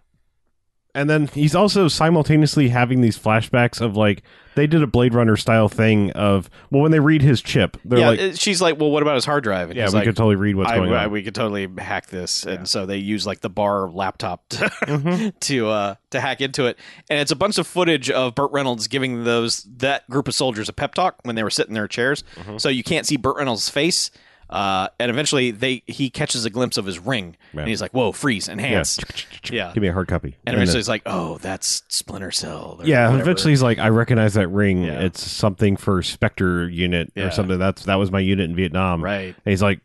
[SPEAKER 2] And then he's also simultaneously having these flashbacks of like they did a Blade Runner style thing of well when they read his chip they're
[SPEAKER 1] yeah,
[SPEAKER 2] like
[SPEAKER 1] it- she's like, well, what about his hard drive? And
[SPEAKER 2] yeah
[SPEAKER 1] he's
[SPEAKER 2] we
[SPEAKER 1] like,
[SPEAKER 2] could totally read what's
[SPEAKER 1] I,
[SPEAKER 2] going
[SPEAKER 1] I-
[SPEAKER 2] on
[SPEAKER 1] we could totally hack this, and so they use like the bar laptop to
[SPEAKER 2] Mm-hmm.
[SPEAKER 1] [laughs] to, uh, to hack into it, and it's a bunch of footage of Burt Reynolds giving those that group of soldiers a pep talk when they were sitting in their chairs,
[SPEAKER 2] Mm-hmm.
[SPEAKER 1] so you can't see Burt Reynolds' face, uh, and eventually they he catches a glimpse of his ring,
[SPEAKER 2] Yeah.
[SPEAKER 1] and he's like, "Whoa, freeze, enhance!" [laughs] Yeah,
[SPEAKER 2] give me a hard copy
[SPEAKER 1] and
[SPEAKER 2] And
[SPEAKER 1] eventually
[SPEAKER 2] then-
[SPEAKER 1] he's like, "Oh, that's Splinter Cell." or
[SPEAKER 2] yeah
[SPEAKER 1] whatever.
[SPEAKER 2] eventually he's like I recognize that ring
[SPEAKER 1] Yeah.
[SPEAKER 2] it's something for Spectre unit
[SPEAKER 1] Yeah.
[SPEAKER 2] or something that's that was my unit in Vietnam
[SPEAKER 1] right?
[SPEAKER 2] and he's like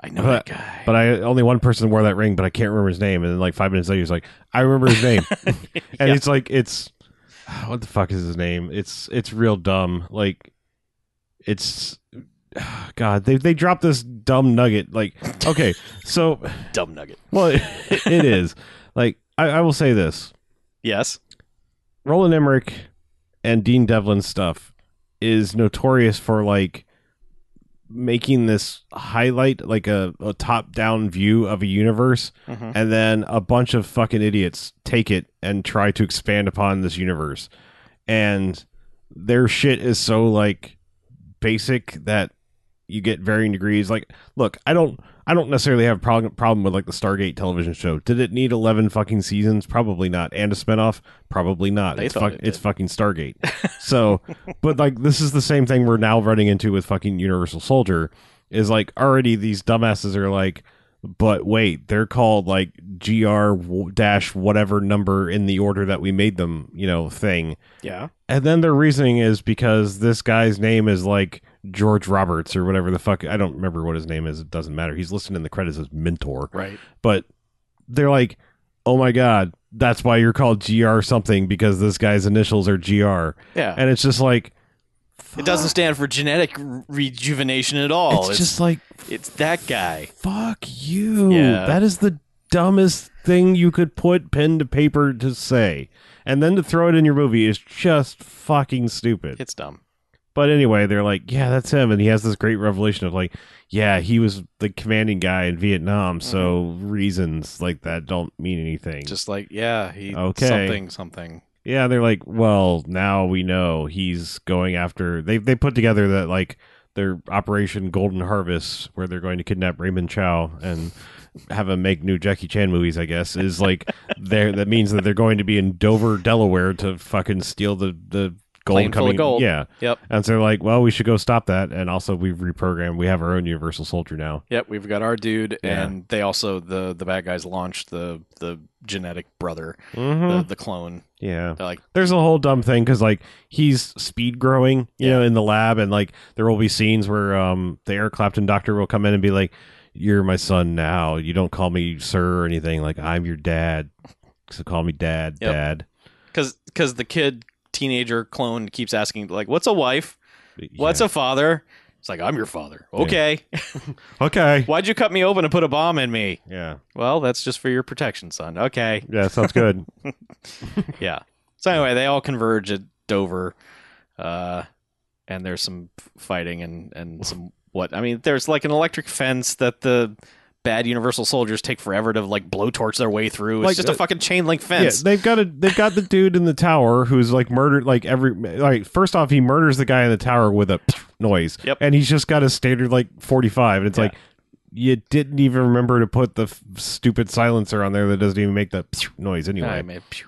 [SPEAKER 1] I know
[SPEAKER 2] But-
[SPEAKER 1] that guy.
[SPEAKER 2] But I only one person wore that ring, but I can't remember his name. And then like five minutes later, he's like, I remember
[SPEAKER 1] [laughs]
[SPEAKER 2] his name, and
[SPEAKER 1] Yeah.
[SPEAKER 2] it's like it's [sighs] what the fuck is his name? It's it's real dumb. Like it's [sighs] God, they they dropped this dumb nugget. Like okay, so
[SPEAKER 1] Dumb nugget.
[SPEAKER 2] well, it, it is like I, I will say this:
[SPEAKER 1] Yes.
[SPEAKER 2] Roland Emmerich and Dean Devlin stuff is notorious for like making this highlight like a, a top down view of a universe
[SPEAKER 1] Mhm.
[SPEAKER 2] and then a bunch of fucking idiots take it and try to expand upon this universe and their shit is so like basic that you get varying degrees. Like, look, I don't, I don't necessarily have a problem problem with like the Stargate television show. Did it need eleven fucking seasons? Probably not. And a spinoff? Probably not.
[SPEAKER 1] They
[SPEAKER 2] it's
[SPEAKER 1] thought it did.
[SPEAKER 2] it's fucking Stargate.
[SPEAKER 1] [laughs]
[SPEAKER 2] so, but like this is the same thing we're now running into with fucking Universal Soldier. Is like already these dumbasses are like, but wait, they're called like gr dash whatever number in the order that we made them, you know, thing.
[SPEAKER 1] Yeah.
[SPEAKER 2] And then their reasoning is because this guy's name is like George Roberts or whatever the fuck. I don't remember what his name is. It doesn't matter. He's listed in the credits as Mentor.
[SPEAKER 1] Right.
[SPEAKER 2] But they're like, oh my God, that's why you're called GR something because this guy's initials are GR.
[SPEAKER 1] Yeah.
[SPEAKER 2] And it's just like,
[SPEAKER 1] it doesn't stand for genetic re- rejuvenation at all.
[SPEAKER 2] it's, just like,
[SPEAKER 1] it's that guy.
[SPEAKER 2] fuck you.
[SPEAKER 1] Yeah.
[SPEAKER 2] That is the dumbest thing you could put pen to paper to say. And then to throw it in your movie is just fucking stupid.
[SPEAKER 1] It's dumb.
[SPEAKER 2] But anyway, they're like, yeah, that's him, and he has this great revelation of like, yeah, he was the commanding guy in Vietnam, so reasons like that don't mean anything.
[SPEAKER 1] Mm-hmm. Just like yeah, he
[SPEAKER 2] Okay.
[SPEAKER 1] something something.
[SPEAKER 2] yeah, they're like, well, now we know he's going after. They they put together that like their Operation Golden Harvest, where they're going to kidnap Raymond Chow and have him make new Jackie Chan movies. I guess
[SPEAKER 1] [laughs]
[SPEAKER 2] is like there. That means that they're going to be in Dover, Delaware, to fucking steal the the gold
[SPEAKER 1] Plane full of
[SPEAKER 2] coming.
[SPEAKER 1] gold.
[SPEAKER 2] Yeah.
[SPEAKER 1] Yep.
[SPEAKER 2] And so they're like, well, we should go stop that. And also, we've reprogrammed. We have our own Universal Soldier now.
[SPEAKER 1] Yep, we've got our dude,
[SPEAKER 2] Yeah.
[SPEAKER 1] and they also the the bad guys launched the the genetic brother, the,
[SPEAKER 2] Hmm.
[SPEAKER 1] the clone.
[SPEAKER 2] Yeah.
[SPEAKER 1] They're like,
[SPEAKER 2] There's a whole dumb thing because like he's speed growing, you know, in the lab, and like there will be scenes where um the Eric Clapton doctor will come in and be like, "You're my son now. You don't call me sir or anything. Like I'm your dad, so call me dad,
[SPEAKER 1] Yep.
[SPEAKER 2] dad."
[SPEAKER 1] because because the kid teenager clone keeps asking like, what's a wife? What's
[SPEAKER 2] Yeah.
[SPEAKER 1] a father? It's like I'm your father. Okay, [laughs]
[SPEAKER 2] okay?
[SPEAKER 1] why'd you cut me open and put a bomb in me?
[SPEAKER 2] Yeah,
[SPEAKER 1] Well, that's just for your protection, son. Okay,
[SPEAKER 2] yeah, sounds good.
[SPEAKER 1] yeah. So anyway, they all converge at Dover, uh, and there's some f- fighting and and some what I mean. There's like an electric fence that the bad Universal soldiers take forever to like blowtorch their way through. It's
[SPEAKER 2] Like,
[SPEAKER 1] just a
[SPEAKER 2] uh,
[SPEAKER 1] fucking chain link
[SPEAKER 2] Yeah,
[SPEAKER 1] fence.
[SPEAKER 2] they've got a they've got the dude in the tower who's like murdered like every like first off he murders the guy in the tower with a noise.
[SPEAKER 1] Yep.
[SPEAKER 2] And he's just got a standard like forty five, and it's
[SPEAKER 1] Yeah.
[SPEAKER 2] like you didn't even remember to put the f- stupid silencer on there that doesn't even make the noise anyway.
[SPEAKER 1] I mean, phew.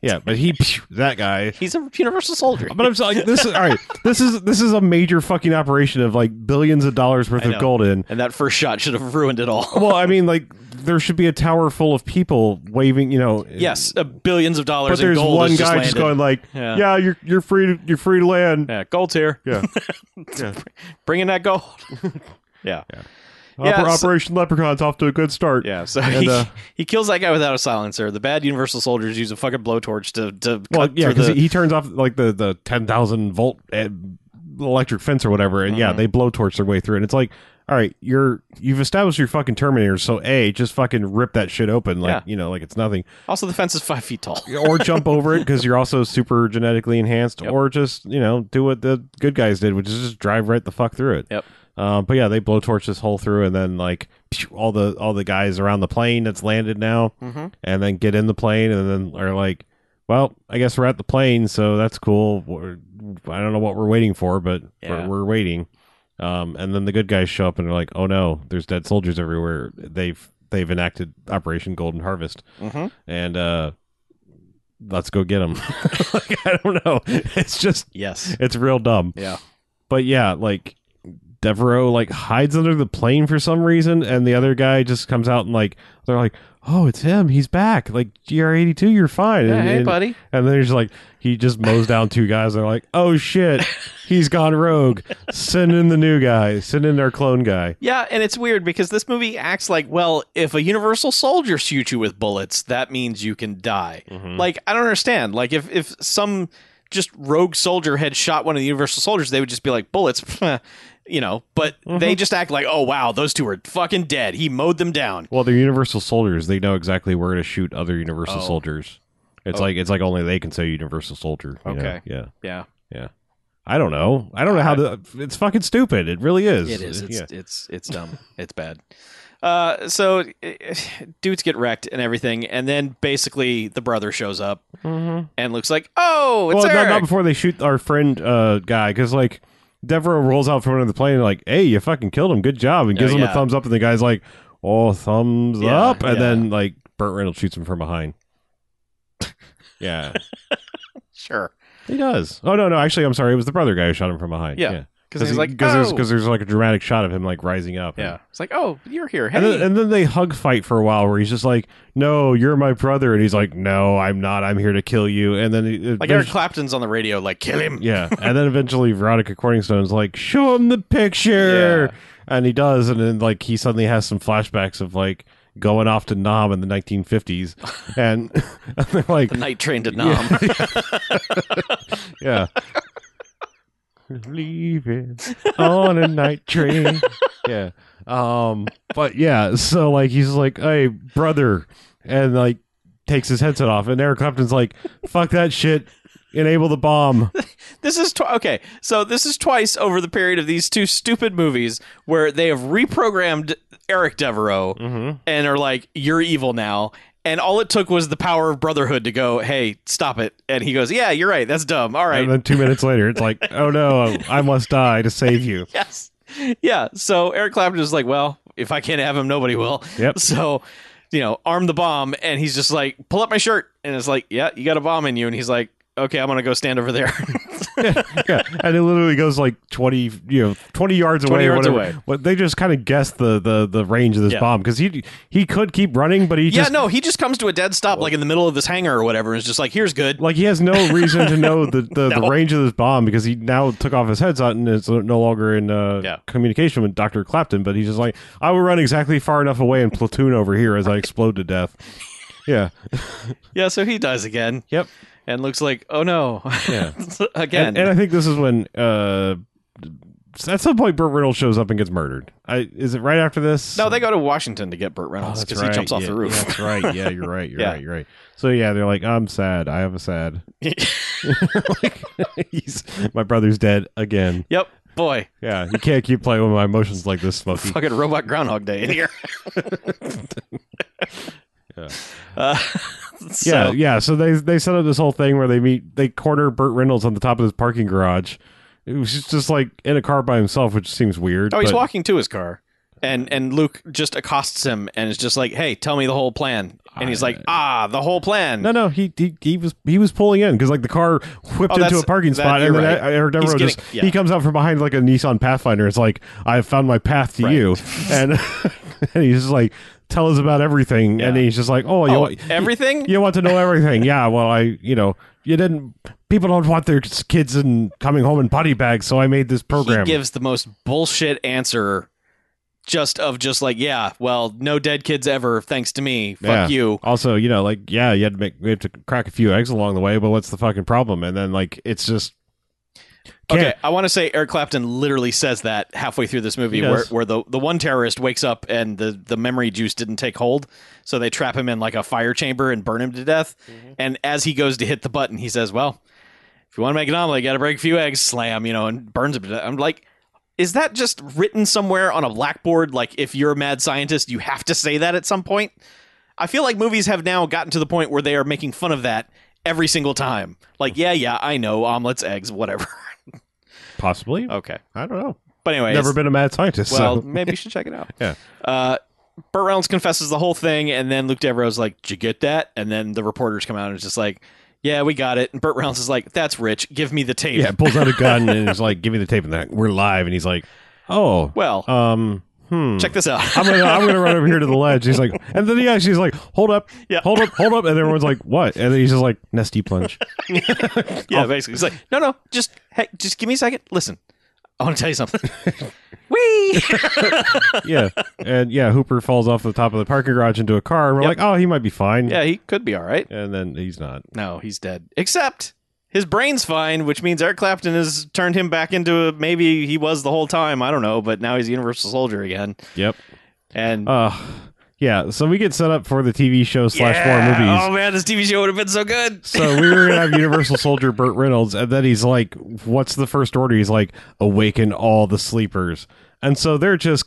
[SPEAKER 2] yeah, but he that guy.
[SPEAKER 1] he's a Universal soldier.
[SPEAKER 2] But I'm sorry, like this is all right. This is this is a major fucking operation of like billions of dollars worth
[SPEAKER 1] I
[SPEAKER 2] of
[SPEAKER 1] know.
[SPEAKER 2] gold in.
[SPEAKER 1] And that first shot should have ruined it all.
[SPEAKER 2] Well, I mean, like there should be a tower full of people waving, you know.
[SPEAKER 1] yes, uh, billions of dollars
[SPEAKER 2] but there's
[SPEAKER 1] in gold
[SPEAKER 2] one
[SPEAKER 1] has
[SPEAKER 2] guy
[SPEAKER 1] landed.
[SPEAKER 2] just, going like,
[SPEAKER 1] Yeah.
[SPEAKER 2] yeah. you're you're free to you're free to land."
[SPEAKER 1] yeah, gold's here.
[SPEAKER 2] Yeah,
[SPEAKER 1] [laughs] Bringing that
[SPEAKER 2] [laughs]
[SPEAKER 1] gold. yeah. Yeah,
[SPEAKER 2] Oper-
[SPEAKER 1] so-
[SPEAKER 2] Operation Leprechaun's off to a good start.
[SPEAKER 1] Yeah, so
[SPEAKER 2] And,
[SPEAKER 1] he, [laughs]
[SPEAKER 2] uh,
[SPEAKER 1] he kills that guy without a silencer. The bad Universal soldiers use a fucking blowtorch to to
[SPEAKER 2] well,
[SPEAKER 1] cut
[SPEAKER 2] yeah,
[SPEAKER 1] through
[SPEAKER 2] because
[SPEAKER 1] the.
[SPEAKER 2] he turns off like the the ten thousand volt eh, electric fence or whatever, and
[SPEAKER 1] Mm-hmm.
[SPEAKER 2] yeah, they blowtorch their way through, and it's like. All right, you're you've established your fucking Terminator, so a just fucking rip that shit open, like
[SPEAKER 1] Yeah.
[SPEAKER 2] you know, like it's nothing,
[SPEAKER 1] also, the fence is five feet tall.
[SPEAKER 2] or jump over it because you're also super genetically enhanced,
[SPEAKER 1] Yep.
[SPEAKER 2] or just you know do what the good guys did, which is just drive right the fuck through it.
[SPEAKER 1] Yep.
[SPEAKER 2] Um, but yeah, they blowtorch this hole through, and then like phew, all the all the guys around the plane that's landed now,
[SPEAKER 1] Mm-hmm.
[SPEAKER 2] and then get in the plane, and then are like, "Well, I guess we're at the plane, so that's cool. We're, I don't know what we're waiting for, but
[SPEAKER 1] Yeah.
[SPEAKER 2] we're, we're waiting." Um, and then the good guys show up, and they're like, "Oh no, there's dead soldiers everywhere. They've they've enacted Operation Golden Harvest,
[SPEAKER 1] Mm-hmm.
[SPEAKER 2] and uh, let's go get them." [laughs] like, I don't know. [laughs] It's just
[SPEAKER 1] Yes.
[SPEAKER 2] it's real dumb
[SPEAKER 1] Yeah.
[SPEAKER 2] but yeah, like Devereaux like hides under the plane for some reason, and the other guy just comes out and like they're like, "Oh, it's him. He's back. Like GR eighty two, you're fine." and,
[SPEAKER 1] hey,
[SPEAKER 2] and,
[SPEAKER 1] buddy.
[SPEAKER 2] and then he's like, he just mows down two guys. They're like, "Oh shit, he's gone rogue. Send in the new guy. Send in our clone guy."
[SPEAKER 1] Yeah, and it's weird because this movie acts like, well, if a Universal soldier shoots you with bullets, that means you can die. Like, I don't understand. Like, if if some just rogue soldier had shot one of the Universal soldiers, they would just be like, bullets, [laughs] you know. But they just act like, oh wow, those two are fucking dead. He mowed them down.
[SPEAKER 2] Well, they're Universal soldiers. They know exactly where to shoot other Universal
[SPEAKER 1] Oh.
[SPEAKER 2] soldiers. It's
[SPEAKER 1] Oh.
[SPEAKER 2] like it's like only they can say Universal soldier. you know?
[SPEAKER 1] Okay.
[SPEAKER 2] Yeah.
[SPEAKER 1] Yeah,
[SPEAKER 2] I don't know. I don't know how to. It's fucking stupid. It really is.
[SPEAKER 1] It is. It's
[SPEAKER 2] Yeah.
[SPEAKER 1] it's it's dumb. it's bad. Uh, so [sighs] eh, eh, dudes get wrecked and everything, and then basically the brother shows up and looks like, oh, it's
[SPEAKER 2] Mm-hmm. well, not,
[SPEAKER 1] Eric.
[SPEAKER 2] not before they shoot our friend uh, guy, because like Devereaux rolls out from under the plane like, "Hey, you fucking killed him. Good job," and
[SPEAKER 1] Oh,
[SPEAKER 2] gives him
[SPEAKER 1] yeah.
[SPEAKER 2] a thumbs up, and the guy's like, "Oh, thumbs
[SPEAKER 1] Yeah,
[SPEAKER 2] up," and
[SPEAKER 1] yeah.
[SPEAKER 2] then like Burt Reynolds shoots him
[SPEAKER 1] [laughs]
[SPEAKER 2] from behind. yeah,
[SPEAKER 1] Sure.
[SPEAKER 2] he does. Oh no, no, actually, I'm sorry. It was the brother guy who shot him from behind.
[SPEAKER 1] Yeah.
[SPEAKER 2] yeah.
[SPEAKER 1] Because he's
[SPEAKER 2] he-
[SPEAKER 1] like,
[SPEAKER 2] there's,
[SPEAKER 1] oh.
[SPEAKER 2] cause there's like a dramatic shot of him like rising up.
[SPEAKER 1] yeah. It's like, oh, you're here. Hey.
[SPEAKER 2] And then, and then they hug fight for a while where he's just like, "No, you're my brother," and he's like, "No, I'm not. I'm here to kill you." And then he, uh,
[SPEAKER 1] like Eric Clapton's on the radio, like, kill him.
[SPEAKER 2] yeah, and then eventually Veronica Corningstone's like, "Show him the picture,"
[SPEAKER 1] Yeah.
[SPEAKER 2] and he does, and then like he suddenly has some flashbacks of like going off to Nam in the 1950s, and, [laughs] and they're like,
[SPEAKER 1] The night train to Nam.
[SPEAKER 2] "Yeah." [laughs] Leaving on a night train. [laughs] Yeah. Um but yeah, so like he's like, Hey, brother and like takes his headset off and Eric Clapton's like, Fuck that shit. Enable the bomb.
[SPEAKER 1] This is tw- okay. So this is twice over the period of these two stupid movies where they have reprogrammed Eric Devereaux
[SPEAKER 2] Mm-hmm.
[SPEAKER 1] and are like, "You're evil now." And all it took was the power of brotherhood to go, "Hey, stop it!" And he goes, "Yeah, you're right. That's dumb. All right,
[SPEAKER 2] And then two minutes later, it's like, oh no, I must die to
[SPEAKER 1] [laughs]
[SPEAKER 2] save you.
[SPEAKER 1] [laughs] yes, yeah." So Eric Clapton is like, "Well, if I can't have him, nobody will." [laughs]
[SPEAKER 2] Yep.
[SPEAKER 1] So, you know, arm the bomb, and he's just like, "Pull up my shirt," and it's like, "Yeah, you got a bomb in you," and he's like, "Okay, I'm gonna go stand over there." [laughs]
[SPEAKER 2] yeah. And it literally goes like 20, you know, 20 yards
[SPEAKER 1] 20
[SPEAKER 2] away
[SPEAKER 1] yards
[SPEAKER 2] or whatever.
[SPEAKER 1] away.
[SPEAKER 2] But they just kind of guessed the, the, the range of this
[SPEAKER 1] Yeah.
[SPEAKER 2] bomb because he, he could keep running, but he
[SPEAKER 1] yeah,
[SPEAKER 2] just,
[SPEAKER 1] no, he just comes to a dead stop, like in the middle of this hangar or whatever, and is just like, "Here's good."
[SPEAKER 2] like he has no reason to know the,
[SPEAKER 1] [laughs]
[SPEAKER 2] the,
[SPEAKER 1] No.
[SPEAKER 2] the range of this bomb because he now took off his headset and is no longer in uh,
[SPEAKER 1] Yeah.
[SPEAKER 2] communication with Dr. Clapton. But he's just like, I will run exactly far enough away and platoon over here as I explode to death. Yeah.
[SPEAKER 1] Yeah, so he dies again.
[SPEAKER 2] Yep.
[SPEAKER 1] And looks like, oh no.
[SPEAKER 2] Yeah.
[SPEAKER 1] [laughs] again.
[SPEAKER 2] And, and I think this is when uh, at some point Burt Reynolds shows up and gets murdered. I is it right after this?
[SPEAKER 1] no, they go to Washington to get Burt
[SPEAKER 2] Oh,
[SPEAKER 1] Reynolds
[SPEAKER 2] that's
[SPEAKER 1] because
[SPEAKER 2] right.
[SPEAKER 1] he jumps off
[SPEAKER 2] Yeah,
[SPEAKER 1] the roof.
[SPEAKER 2] That's right. Yeah, you're right.
[SPEAKER 1] [laughs]
[SPEAKER 2] You're
[SPEAKER 1] Yeah.
[SPEAKER 2] right. You're right. So yeah, they're like, I'm sad. I have
[SPEAKER 1] [laughs]
[SPEAKER 2] a sad. [laughs] like, [laughs] he's my brother's dead again.
[SPEAKER 1] [laughs] yep. [laughs] Boy,
[SPEAKER 2] Yeah, you can't keep playing with my emotions like this, Smokey.
[SPEAKER 1] fucking robot Groundhog Day in [laughs] here.
[SPEAKER 2] Yeah.
[SPEAKER 1] [laughs] Uh,
[SPEAKER 2] Yeah,
[SPEAKER 1] so-
[SPEAKER 2] yeah. So they they set up this whole thing where they meet, they corner Burt Reynolds on the top of his parking garage. It was just, just like in a car by himself, which seems weird.
[SPEAKER 1] Oh, he's
[SPEAKER 2] but-
[SPEAKER 1] walking to his car. And and Luke just accosts him and is just like, "Hey, tell me the whole plan." And he's like, "Ah, the whole plan."
[SPEAKER 2] No, no, he he, he was he was pulling in because like the car whipped
[SPEAKER 1] Oh,
[SPEAKER 2] into
[SPEAKER 1] that's-
[SPEAKER 2] a parking
[SPEAKER 1] that-
[SPEAKER 2] spot, and
[SPEAKER 1] you're right.
[SPEAKER 2] then I, Eric
[SPEAKER 1] He's
[SPEAKER 2] Devereaux
[SPEAKER 1] getting-
[SPEAKER 2] just
[SPEAKER 1] yeah.
[SPEAKER 2] he comes out from behind like a Nissan Pathfinder. It's like I have found my path to
[SPEAKER 1] Right.
[SPEAKER 2] you, and [laughs] and he's just like tell us about everything, and
[SPEAKER 1] Yeah.
[SPEAKER 2] he's just like, oh, you
[SPEAKER 1] Oh, [laughs]
[SPEAKER 2] want,
[SPEAKER 1] everything?
[SPEAKER 2] you want to know everything? yeah, well, I you know you didn't. People don't want their kids in coming home in potty bags, so I made this program.
[SPEAKER 1] He gives the most bullshit answer just of just like, yeah, well, no dead kids ever, thanks to me. Fuck
[SPEAKER 2] Yeah.
[SPEAKER 1] you.
[SPEAKER 2] also, you know, like yeah, you had to make we had to crack a few eggs along the way, but what's the fucking problem? And then like it's just
[SPEAKER 1] Okay,
[SPEAKER 2] Can't-
[SPEAKER 1] I want to say Eric Clapton literally says that halfway through this movie
[SPEAKER 2] He
[SPEAKER 1] where,
[SPEAKER 2] does.
[SPEAKER 1] where the, the one terrorist wakes up and the, the memory juice didn't take hold. So they trap him in like a fire chamber and burn him to death. And as he goes to hit the button, he says, Well, if you want to make an omelet, you got to break a few eggs, slam, you know, and burns him to death. I'm like, Is that just written somewhere on a blackboard? Like, if you're a mad scientist, you have to say that at some point? I feel like movies have now gotten to the point where they are making fun of that every single time. Like, yeah, yeah, I know, omelets, eggs, whatever. [laughs]
[SPEAKER 2] possibly.
[SPEAKER 1] Okay.
[SPEAKER 2] I don't know.
[SPEAKER 1] But anyway,
[SPEAKER 2] Never
[SPEAKER 1] it's-
[SPEAKER 2] been a mad scientist.
[SPEAKER 1] Uh, well,
[SPEAKER 2] so.
[SPEAKER 1] maybe you should check it out.
[SPEAKER 2] Yeah.
[SPEAKER 1] Uh, Burt Reynolds confesses the whole thing, and then Luke Devereaux's like, "Did you get that?" And then the reporters come out and it's just like, "Yeah, we got it." And Burt Reynolds is like, "That's rich. Give me the tape."
[SPEAKER 2] [laughs] Yeah, pulls out a gun and is like, "Give me the tape." And that we're live. And he's like, "Oh,
[SPEAKER 1] Well,
[SPEAKER 2] um, hmm."
[SPEAKER 1] check this out. [laughs]
[SPEAKER 2] I'm gonna, I'm gonna run over here to the ledge. He's like, and then he actually's like, hold up,
[SPEAKER 1] Yeah.
[SPEAKER 2] hold up, hold up, and everyone's like, what? And then he's just like, nesty plunge.
[SPEAKER 1] yeah, basically, he's like, "No, no, just hey, just give me a second. Listen, I want to tell you
[SPEAKER 2] [laughs]
[SPEAKER 1] something." Wee.
[SPEAKER 2] yeah, and yeah, Hooper falls off the top of the parking garage into a car, and we're
[SPEAKER 1] Yep.
[SPEAKER 2] like, oh, he might be fine.
[SPEAKER 1] yeah, he could be all right.
[SPEAKER 2] and then he's not.
[SPEAKER 1] No, he's dead. Except his brain's fine, which means Eric Clapton has turned him back into a, maybe he was the whole time. I don't know, but now he's a Universal Soldier again.
[SPEAKER 2] Yep.
[SPEAKER 1] And
[SPEAKER 2] Uh, yeah. So we get set up for the TV show slash
[SPEAKER 1] Yeah.
[SPEAKER 2] four movies.
[SPEAKER 1] Oh man, this TV show would have been so good.
[SPEAKER 2] So we were gonna have Universal Soldier Burt Reynolds, and then he's like, "What's the first order?" He's like, "Awaken all the sleepers," and so they're just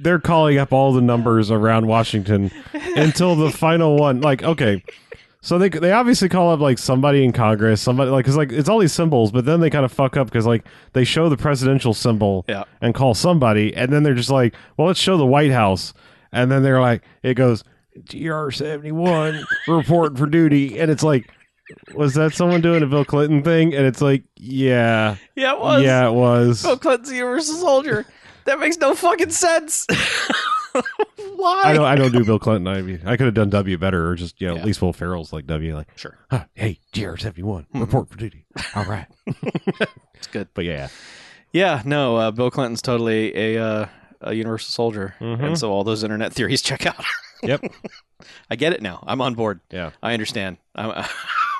[SPEAKER 2] they're calling up all the numbers around Washington until the final one. Like, okay, So they they obviously call up like somebody in Congress, somebody like because like it's all these symbols, but then they kind of fuck up because like they show the presidential symbol
[SPEAKER 1] Yeah.
[SPEAKER 2] and call somebody, and then they're just like, well, let's show the White House, and then they're like, it goes GR seventy one report for duty, and it's like, was that someone doing a Bill Clinton thing? And it's like, yeah,
[SPEAKER 1] Yeah, it was.
[SPEAKER 2] yeah, it was.
[SPEAKER 1] Bill Clinton's a universal soldier. That makes no fucking sense. [laughs] Why?
[SPEAKER 2] I don't, I don't do Bill Clinton. I mean, I could have done W better, or just you know,
[SPEAKER 1] Yeah.
[SPEAKER 2] at least Will Ferrell's like W, like
[SPEAKER 1] Sure.
[SPEAKER 2] huh, hey, GR seventy one
[SPEAKER 1] Mhm.
[SPEAKER 2] report for duty. All right,
[SPEAKER 1] It's good.
[SPEAKER 2] but yeah.
[SPEAKER 1] Yeah, no, uh, Bill Clinton's totally a uh, a universal soldier,
[SPEAKER 2] Mhm.
[SPEAKER 1] and so all those internet theories check out. [laughs]
[SPEAKER 2] Yep.
[SPEAKER 1] I get it now. I'm on board.
[SPEAKER 2] Yeah.
[SPEAKER 1] I understand. I'm,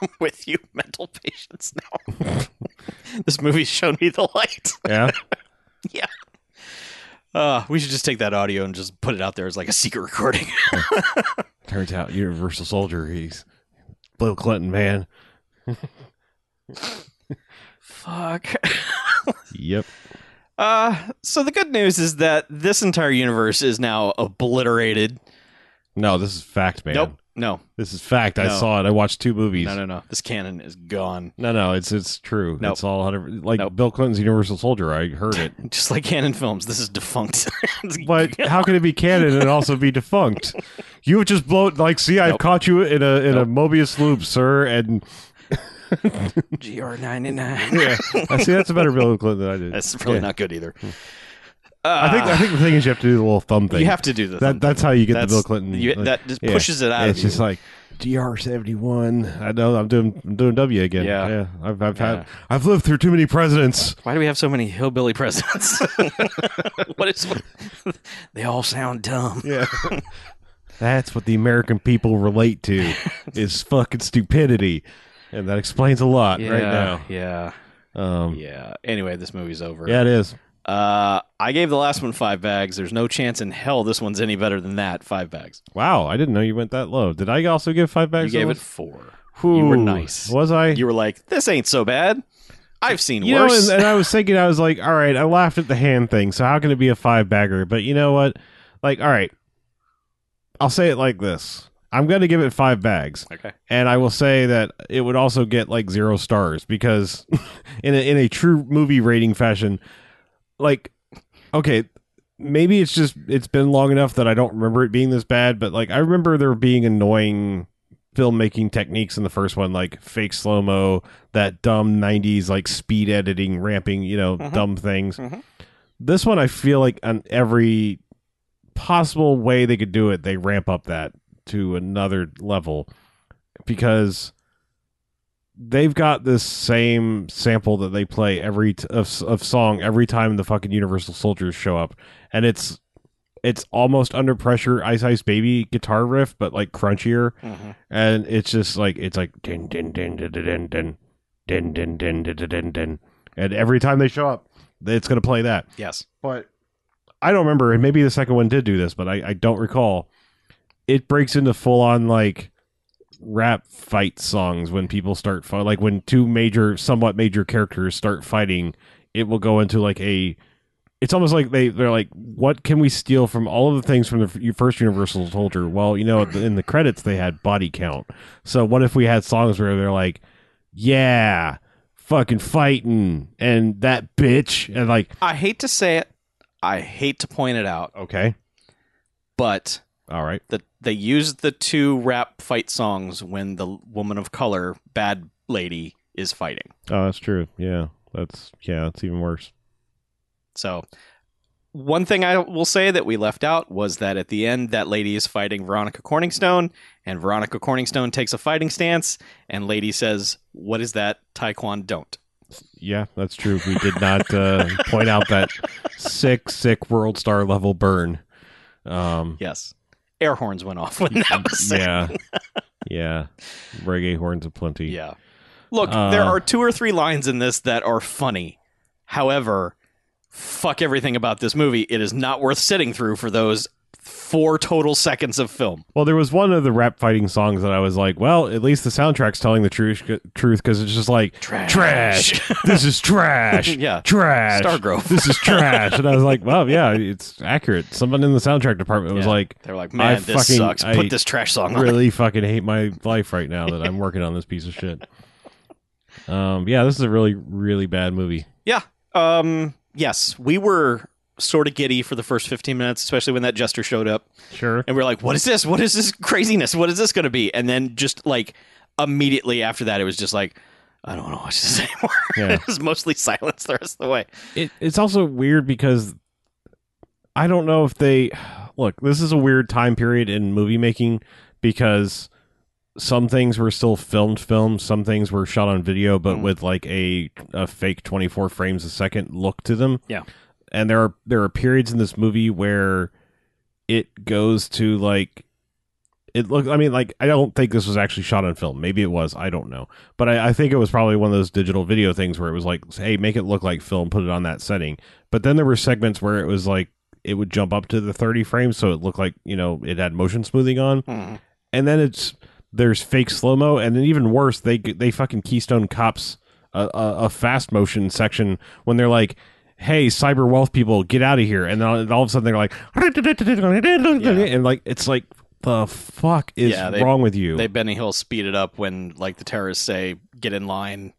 [SPEAKER 1] I'm [laughs] with you, mental patients. Now, [laughs] this movie's shown me the light. [laughs]
[SPEAKER 2] Yeah.
[SPEAKER 1] Uh, we should just take that audio and just put it out there as like a secret recording. [laughs]
[SPEAKER 2] Turns out Universal Soldier, he's Bill Clinton, man.
[SPEAKER 1] Fuck.
[SPEAKER 2] Yep.
[SPEAKER 1] Uh, so the good news is that this entire universe is now obliterated.
[SPEAKER 2] No, this is fact, man.
[SPEAKER 1] Nope. No.
[SPEAKER 2] This is fact. I
[SPEAKER 1] No.
[SPEAKER 2] saw it. I watched two movies.
[SPEAKER 1] No. No. No. This canon is gone. [laughs]
[SPEAKER 2] No, no, it's it's true.
[SPEAKER 1] Nope.
[SPEAKER 2] It's all 100 like
[SPEAKER 1] Nope.
[SPEAKER 2] Bill Clinton's Universal Soldier. I
[SPEAKER 1] [laughs]
[SPEAKER 2] heard it.
[SPEAKER 1] Just like canon films, this is defunct. [laughs] It's
[SPEAKER 2] But how can it be canon and also be defunct? You would just blow it like, see, I've
[SPEAKER 1] Nope.
[SPEAKER 2] caught you in a in a Mobius loop,
[SPEAKER 1] [laughs]
[SPEAKER 2] sir, and [laughs]
[SPEAKER 1] GR99.
[SPEAKER 2] yeah. I see that's a better Bill Clinton than I did.
[SPEAKER 1] That's really
[SPEAKER 2] Yeah. Hmm.
[SPEAKER 1] not good either. Uh,
[SPEAKER 2] I think I think the thing is you have to do the little thumb thing.
[SPEAKER 1] you have to do the
[SPEAKER 2] that,
[SPEAKER 1] thumb thing.
[SPEAKER 2] that's how you get the
[SPEAKER 1] That's-
[SPEAKER 2] Bill Clinton.
[SPEAKER 1] you-
[SPEAKER 2] like-
[SPEAKER 1] that just
[SPEAKER 2] yeah.
[SPEAKER 1] pushes it out
[SPEAKER 2] it's
[SPEAKER 1] of you.
[SPEAKER 2] just like DR seventy one. I know I'm doing I'm doing W again.
[SPEAKER 1] Yeah.
[SPEAKER 2] I've I've
[SPEAKER 1] Yeah.
[SPEAKER 2] had I've lived through too many presidents.
[SPEAKER 1] Why do we have so many hillbilly
[SPEAKER 2] [laughs]
[SPEAKER 1] presidents? [laughs] what is? [laughs] they all sound dumb.
[SPEAKER 2] Yeah. [laughs] That's what the American people
[SPEAKER 1] [laughs]
[SPEAKER 2] relate to is fucking stupidity. And that explains a lot right now.
[SPEAKER 1] Yeah.
[SPEAKER 2] Um yeah.
[SPEAKER 1] Yeah. Anyway, this movie's over.
[SPEAKER 2] it is.
[SPEAKER 1] Uh, I gave the last one five bags. There's no chance in hell this one's any better than that. Five bags.
[SPEAKER 2] Wow, I didn't know you went that low. Did I also give five
[SPEAKER 1] You
[SPEAKER 2] bags?
[SPEAKER 1] gave
[SPEAKER 2] to
[SPEAKER 1] it
[SPEAKER 2] this?
[SPEAKER 1] four. you were
[SPEAKER 2] Whew.
[SPEAKER 1] nice.
[SPEAKER 2] Was I?
[SPEAKER 1] You were like, this ain't so bad. I've seen
[SPEAKER 2] You know,
[SPEAKER 1] worse.
[SPEAKER 2] and, and
[SPEAKER 1] [laughs]
[SPEAKER 2] I was thinking, I was like, all right, I laughed at the hand thing, so how can it be a five bagger? But you know what? Like, all right, I'll say it like this I'm going to give it five bags.
[SPEAKER 1] okay.
[SPEAKER 2] And I will say that it would also get like zero stars because, in, a, in a true movie rating fashion, like, okay, maybe it's just, it's been long enough that I don't remember it being this bad, but like, I remember there being annoying filmmaking techniques in the first one, like fake slow mo, that dumb 90s like speed editing, ramping, you know,
[SPEAKER 1] Mhm.
[SPEAKER 2] dumb things.
[SPEAKER 1] Mhm.
[SPEAKER 2] This one, I feel like on every possible way they could do it, they ramp up that to another level because they've got this same sample that they play every t- of, of song every time the fucking universal soldiers show up and it's it's almost under pressure ice ice baby guitar riff but like crunchier
[SPEAKER 1] Mhm.
[SPEAKER 2] and it's just like it's like din din din din din din din din din din din din and every time they show up it's going to play that
[SPEAKER 1] Yes.
[SPEAKER 2] but I don't remember, and maybe the second one did do this, but I, I don't recall. It breaks into full on like rap fight songs when people start fight, like when two major, somewhat major characters start fighting. It will go into like a. It's almost like they they're like, what can we steal from all of the things from the f- first Universal Soldier? Well, you know, in the credits they had body count. So what if we had songs where they're like, yeah, fucking fighting, and that bitch, and like,
[SPEAKER 1] I hate to say it. I hate to point it out,
[SPEAKER 2] okay,
[SPEAKER 1] but
[SPEAKER 2] all right.
[SPEAKER 1] that they used the two rap fight songs when the woman of color, bad lady, is fighting.
[SPEAKER 2] Oh, that's true. Yeah, that's yeah, that's even worse.
[SPEAKER 1] So, one thing I will say that we left out was that at the end, that lady is fighting Veronica Corningstone, and Veronica Corningstone takes a fighting stance, and Lady says, "What is that? Taekwondo don't."
[SPEAKER 2] Yeah, that's true. We did not uh, point out that sick, sick world star level burn.
[SPEAKER 1] [laughs]
[SPEAKER 2] Um,
[SPEAKER 1] Yes, air horns went off when that was said. [laughs]
[SPEAKER 2] yeah, yeah, reggae horns aplenty.
[SPEAKER 1] Yeah. Look,
[SPEAKER 2] Uh,
[SPEAKER 1] there are two or three lines in this that are funny. However, fuck everything about this movie. It is not worth sitting through for those four total seconds of film.
[SPEAKER 2] Well, there was one of the rap fighting songs that I was like, well, at least the soundtrack's telling the truth truth because it's just like
[SPEAKER 1] Trash. [laughs]
[SPEAKER 2] [laughs] this is trash.
[SPEAKER 1] Yeah.
[SPEAKER 2] Trash.
[SPEAKER 1] Stargrove.
[SPEAKER 2] This is trash. and I was like, well, yeah, it's accurate. Someone in the soundtrack department was
[SPEAKER 1] Yeah.
[SPEAKER 2] like,
[SPEAKER 1] They're like, man,
[SPEAKER 2] I
[SPEAKER 1] this
[SPEAKER 2] fucking-
[SPEAKER 1] sucks. Put
[SPEAKER 2] I
[SPEAKER 1] this trash song on.
[SPEAKER 2] really fucking hate my life right now that I'm working on this piece of shit. Um, yeah, this is a really, really bad movie.
[SPEAKER 1] Yeah. Um. Yes, we were sort of giddy for the first 15 minutes, especially when that jester showed up,
[SPEAKER 2] Sure.
[SPEAKER 1] and we are like, "What is this? What is this craziness? What is this going to be?" And then just like immediately after that, it was just like, "I don't want to watch this [laughs] anymore."
[SPEAKER 2] Yeah.
[SPEAKER 1] it was mostly silence the rest of the way.
[SPEAKER 2] It, it's also weird because I don't know if they look. This is a weird time period in movie making because some things were still filmed films, some things were shot on video, but
[SPEAKER 1] Mm.
[SPEAKER 2] with like a a fake twenty four frames a second look to them.
[SPEAKER 1] Yeah.
[SPEAKER 2] and there are there are periods in this movie where it goes to like it look i mean like i don't think this was actually shot on film maybe it was i don't know but I, I think it was probably one of those digital video things where it was like hey make it look like film put it on that setting but then there were segments where it was like it would jump up to the 30 frames so it looked like you know it had motion smoothing on and then it's there's fake slow mo, and then even worse, they they fucking Keystone Cops a, a, a fast motion section when they're like, "Hey, cyber wealth people, get out of here!" And then all- and all of a sudden they're like, and like it's like the fuck is
[SPEAKER 1] Yeah, they-
[SPEAKER 2] wrong with you?
[SPEAKER 1] They Benny Hill speed it up when like the terrorists say, "Get in line,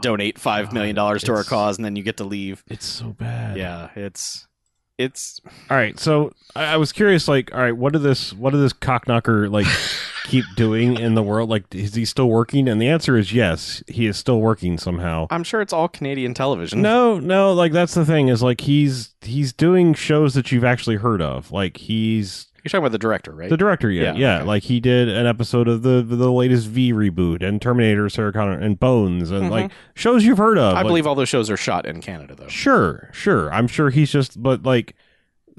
[SPEAKER 1] donate five million dollars to our
[SPEAKER 2] Oh, It's-
[SPEAKER 1] cause, and then you get to leave."
[SPEAKER 2] it's so bad.
[SPEAKER 1] Yeah, it's it's
[SPEAKER 2] All right. So I, I was curious, like, all right, what did this what did this cockknocker
[SPEAKER 1] [laughs]
[SPEAKER 2] like keep doing in the world? Like, is he still working? And the answer is yes, he is still working somehow.
[SPEAKER 1] I'm sure it's all Canadian television.
[SPEAKER 2] No, no, like that's the thing is like he's he's doing shows that you've actually heard of. Like he's
[SPEAKER 1] You're talking about the director, right?
[SPEAKER 2] the director, yeah,
[SPEAKER 1] Yeah,
[SPEAKER 2] yeah.
[SPEAKER 1] okay.
[SPEAKER 2] Like he did an episode of the the latest V reboot and Terminator, Sarah Connor, and Bones, and
[SPEAKER 1] Mhm.
[SPEAKER 2] like shows you've heard of.
[SPEAKER 1] I
[SPEAKER 2] like-
[SPEAKER 1] believe all those shows are shot in Canada, though.
[SPEAKER 2] Sure, sure. I'm sure he's just, but like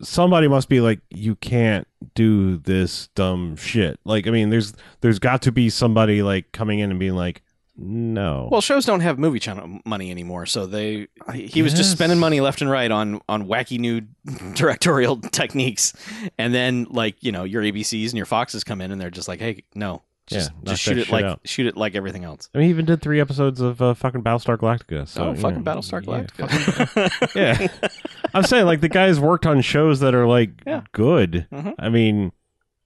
[SPEAKER 2] somebody must be like, you can't do this dumb shit. Like I mean, there's there's got to be somebody like coming in and being like, no.
[SPEAKER 1] Well, shows don't have movie channel money anymore, so they he was just
[SPEAKER 2] guess.
[SPEAKER 1] spending money left and right on on wacky new [laughs] directorial [laughs] techniques, and then like you know your ABCs and your Foxes come in and they're just like, hey, no, just,
[SPEAKER 2] Yeah, knock
[SPEAKER 1] just
[SPEAKER 2] that
[SPEAKER 1] shoot it
[SPEAKER 2] shit
[SPEAKER 1] like
[SPEAKER 2] out.
[SPEAKER 1] shoot it like everything else.
[SPEAKER 2] I mean, he even did three episodes of uh, fucking Battlestar Galactica. So,
[SPEAKER 1] oh,
[SPEAKER 2] you
[SPEAKER 1] fucking
[SPEAKER 2] know,
[SPEAKER 1] Battlestar
[SPEAKER 2] yeah,
[SPEAKER 1] [laughs] Galactica.
[SPEAKER 2] [laughs] yeah i'm saying like the guys worked on shows that are like
[SPEAKER 1] Yeah.
[SPEAKER 2] good
[SPEAKER 1] Mhm.
[SPEAKER 2] i mean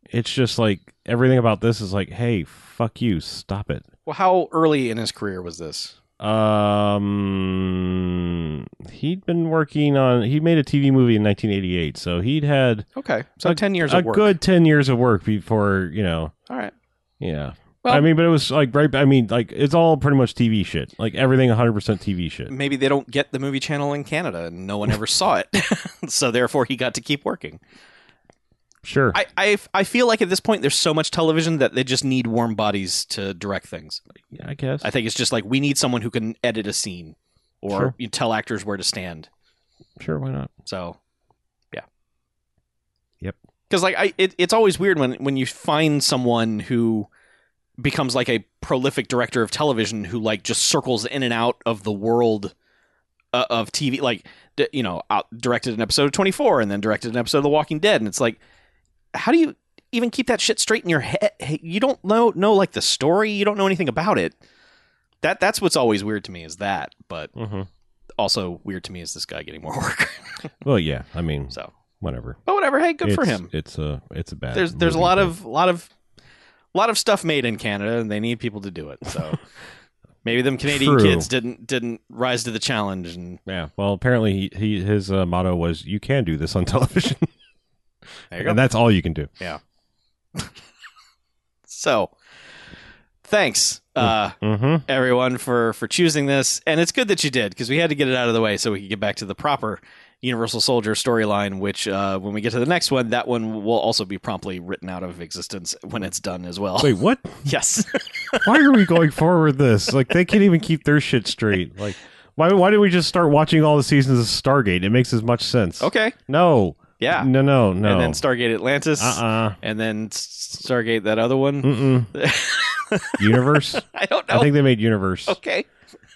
[SPEAKER 2] it's just like everything about this is like hey fuck you stop it
[SPEAKER 1] well, how early in his career was this?
[SPEAKER 2] um he'd been working on he made a tv movie in 1988 so he'd had
[SPEAKER 1] Okay, so
[SPEAKER 2] A-
[SPEAKER 1] ten years
[SPEAKER 2] a
[SPEAKER 1] of work.
[SPEAKER 2] good 10 years of work before you know
[SPEAKER 1] All right.
[SPEAKER 2] yeah
[SPEAKER 1] Well-
[SPEAKER 2] I mean, but it was like right. I mean, like it's all pretty much TV shit. Like everything, 100% TV shit.
[SPEAKER 1] Maybe they don't get the movie channel in Canada, and no one ever saw it, [laughs] so therefore he got to keep working.
[SPEAKER 2] Sure.
[SPEAKER 1] I, I I feel like at this point there's so much television that they just need warm bodies to direct things.
[SPEAKER 2] yeah, I guess.
[SPEAKER 1] I think it's just like we need someone who can edit a scene or
[SPEAKER 2] Sure.
[SPEAKER 1] you tell actors where to stand.
[SPEAKER 2] sure. Why not?
[SPEAKER 1] So, yeah.
[SPEAKER 2] Yep.
[SPEAKER 1] Cuz like I it, it's always weird when when you find someone who becomes like a prolific director of television who like just circles in and out of the world uh, of TV like d- you know, out, directed an episode of 24 and then directed an episode of The Walking Dead and it's like how do you even keep that shit straight in your head? You don't know know like the story, you don't know anything about it. That that's what's always weird to me is that, but
[SPEAKER 2] hmm
[SPEAKER 1] also weird to me is this guy getting more [laughs] work.
[SPEAKER 2] Well, yeah. I mean,
[SPEAKER 1] so,
[SPEAKER 2] whatever.
[SPEAKER 1] but whatever. Hey, good for
[SPEAKER 2] It's-
[SPEAKER 1] him.
[SPEAKER 2] It's a it's a bad.
[SPEAKER 1] There's there's a
[SPEAKER 2] movie,
[SPEAKER 1] lot
[SPEAKER 2] but-
[SPEAKER 1] of lot of lot of stuff made in Canada, and they need people to do it.
[SPEAKER 2] [laughs]
[SPEAKER 1] So maybe them Canadian
[SPEAKER 2] True.
[SPEAKER 1] kids didn't didn't rise to the challenge. And
[SPEAKER 2] yeah. Well, apparently he, he his uh, motto was "You can do this on [laughs] television,"
[SPEAKER 1] there you go.
[SPEAKER 2] and that's all you can do.
[SPEAKER 1] so thanks. Uh,
[SPEAKER 2] Mm-hmm.
[SPEAKER 1] everyone for for choosing this and it's good that you did because we had to get it out of the way so we could get back to the proper universal soldier storyline which uh, when we get to the next one that one will also be promptly written out of existence when it's done as well
[SPEAKER 2] Wait, what?
[SPEAKER 1] [laughs] yes
[SPEAKER 2] Why are we going forward with this? Like they can't even keep their shit straight. Like why why did we just start watching all the seasons of Stargate? It makes as much sense.
[SPEAKER 1] okay
[SPEAKER 2] No.
[SPEAKER 1] yeah
[SPEAKER 2] No. No. No.
[SPEAKER 1] and then stargate atlantis
[SPEAKER 2] uh-uh.
[SPEAKER 1] and then S- stargate that other one
[SPEAKER 2] Mm-mm. Universe.
[SPEAKER 1] [laughs] i don't know
[SPEAKER 2] I think they made
[SPEAKER 1] Oh.
[SPEAKER 2] Universe.
[SPEAKER 1] okay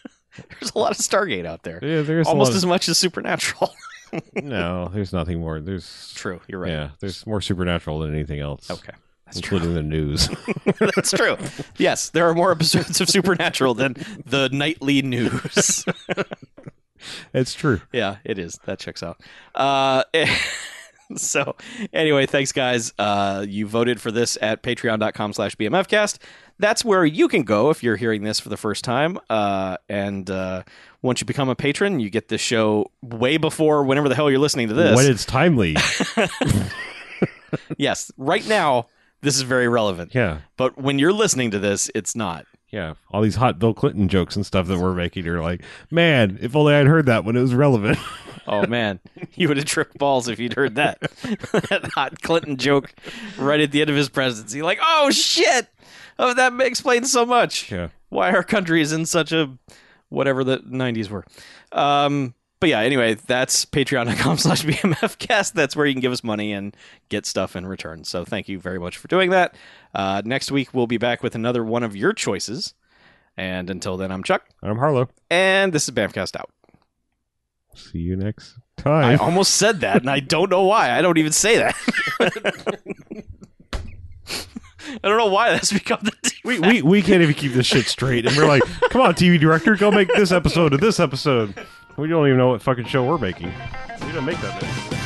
[SPEAKER 1] [laughs] there's a lot of stargate out there
[SPEAKER 2] Yeah, there's a
[SPEAKER 1] almost
[SPEAKER 2] lot of-
[SPEAKER 1] as much as supernatural [laughs]
[SPEAKER 2] [laughs] no, there's nothing more. There's
[SPEAKER 1] True. You're right.
[SPEAKER 2] Yeah, there's more supernatural than anything else.
[SPEAKER 1] Okay.
[SPEAKER 2] [laughs]
[SPEAKER 1] That's true.
[SPEAKER 2] including
[SPEAKER 1] [laughs]
[SPEAKER 2] the news.
[SPEAKER 1] That's true. Yes, there are more episodes of Supernatural than the nightly news.
[SPEAKER 2] it's true.
[SPEAKER 1] yeah, it is. That checks out. Uh, [laughs] so anyway, thanks guys. Uh, you voted for this at patreon.com slash bmfcast. That's where you can go if you're hearing this for the first time. Uh, and uh, once you become a patron, you get this show way before whenever the hell you're listening to this.
[SPEAKER 2] When it's timely.
[SPEAKER 1] yes, right now, this is very relevant.
[SPEAKER 2] Yeah.
[SPEAKER 1] But when you're listening to this, it's not.
[SPEAKER 2] Yeah. All these hot Bill Clinton jokes and stuff that we're making are like, man, if only I'd heard that when it was relevant. [laughs]
[SPEAKER 1] Oh man, [laughs] you would have tripped balls if you'd heard that [laughs] that hot Clinton joke right at the end of his presidency. Like, oh shit, oh that explains so much.
[SPEAKER 2] Yeah.
[SPEAKER 1] Why our country is in such a whatever the '90s were. Um, but yeah, anyway, that's [laughs] Patreon.com/slash BMFcast. That's where you can give us money and get stuff in return. So thank you very much for doing that. Uh, next week we'll be back with another one of your choices. And until then, I'm Chuck,
[SPEAKER 2] I'm Harlow.
[SPEAKER 1] and this is Bamcast out.
[SPEAKER 2] See you next
[SPEAKER 1] I
[SPEAKER 2] time.
[SPEAKER 1] almost said that, and I don't know why. I don't even say that. [laughs] I don't know why that's become the.
[SPEAKER 2] [laughs] we, we, we can't even keep this shit straight. And we're like, come on, TV director, go make this episode of this episode. We don't even know what fucking show we're making. We didn't make that many.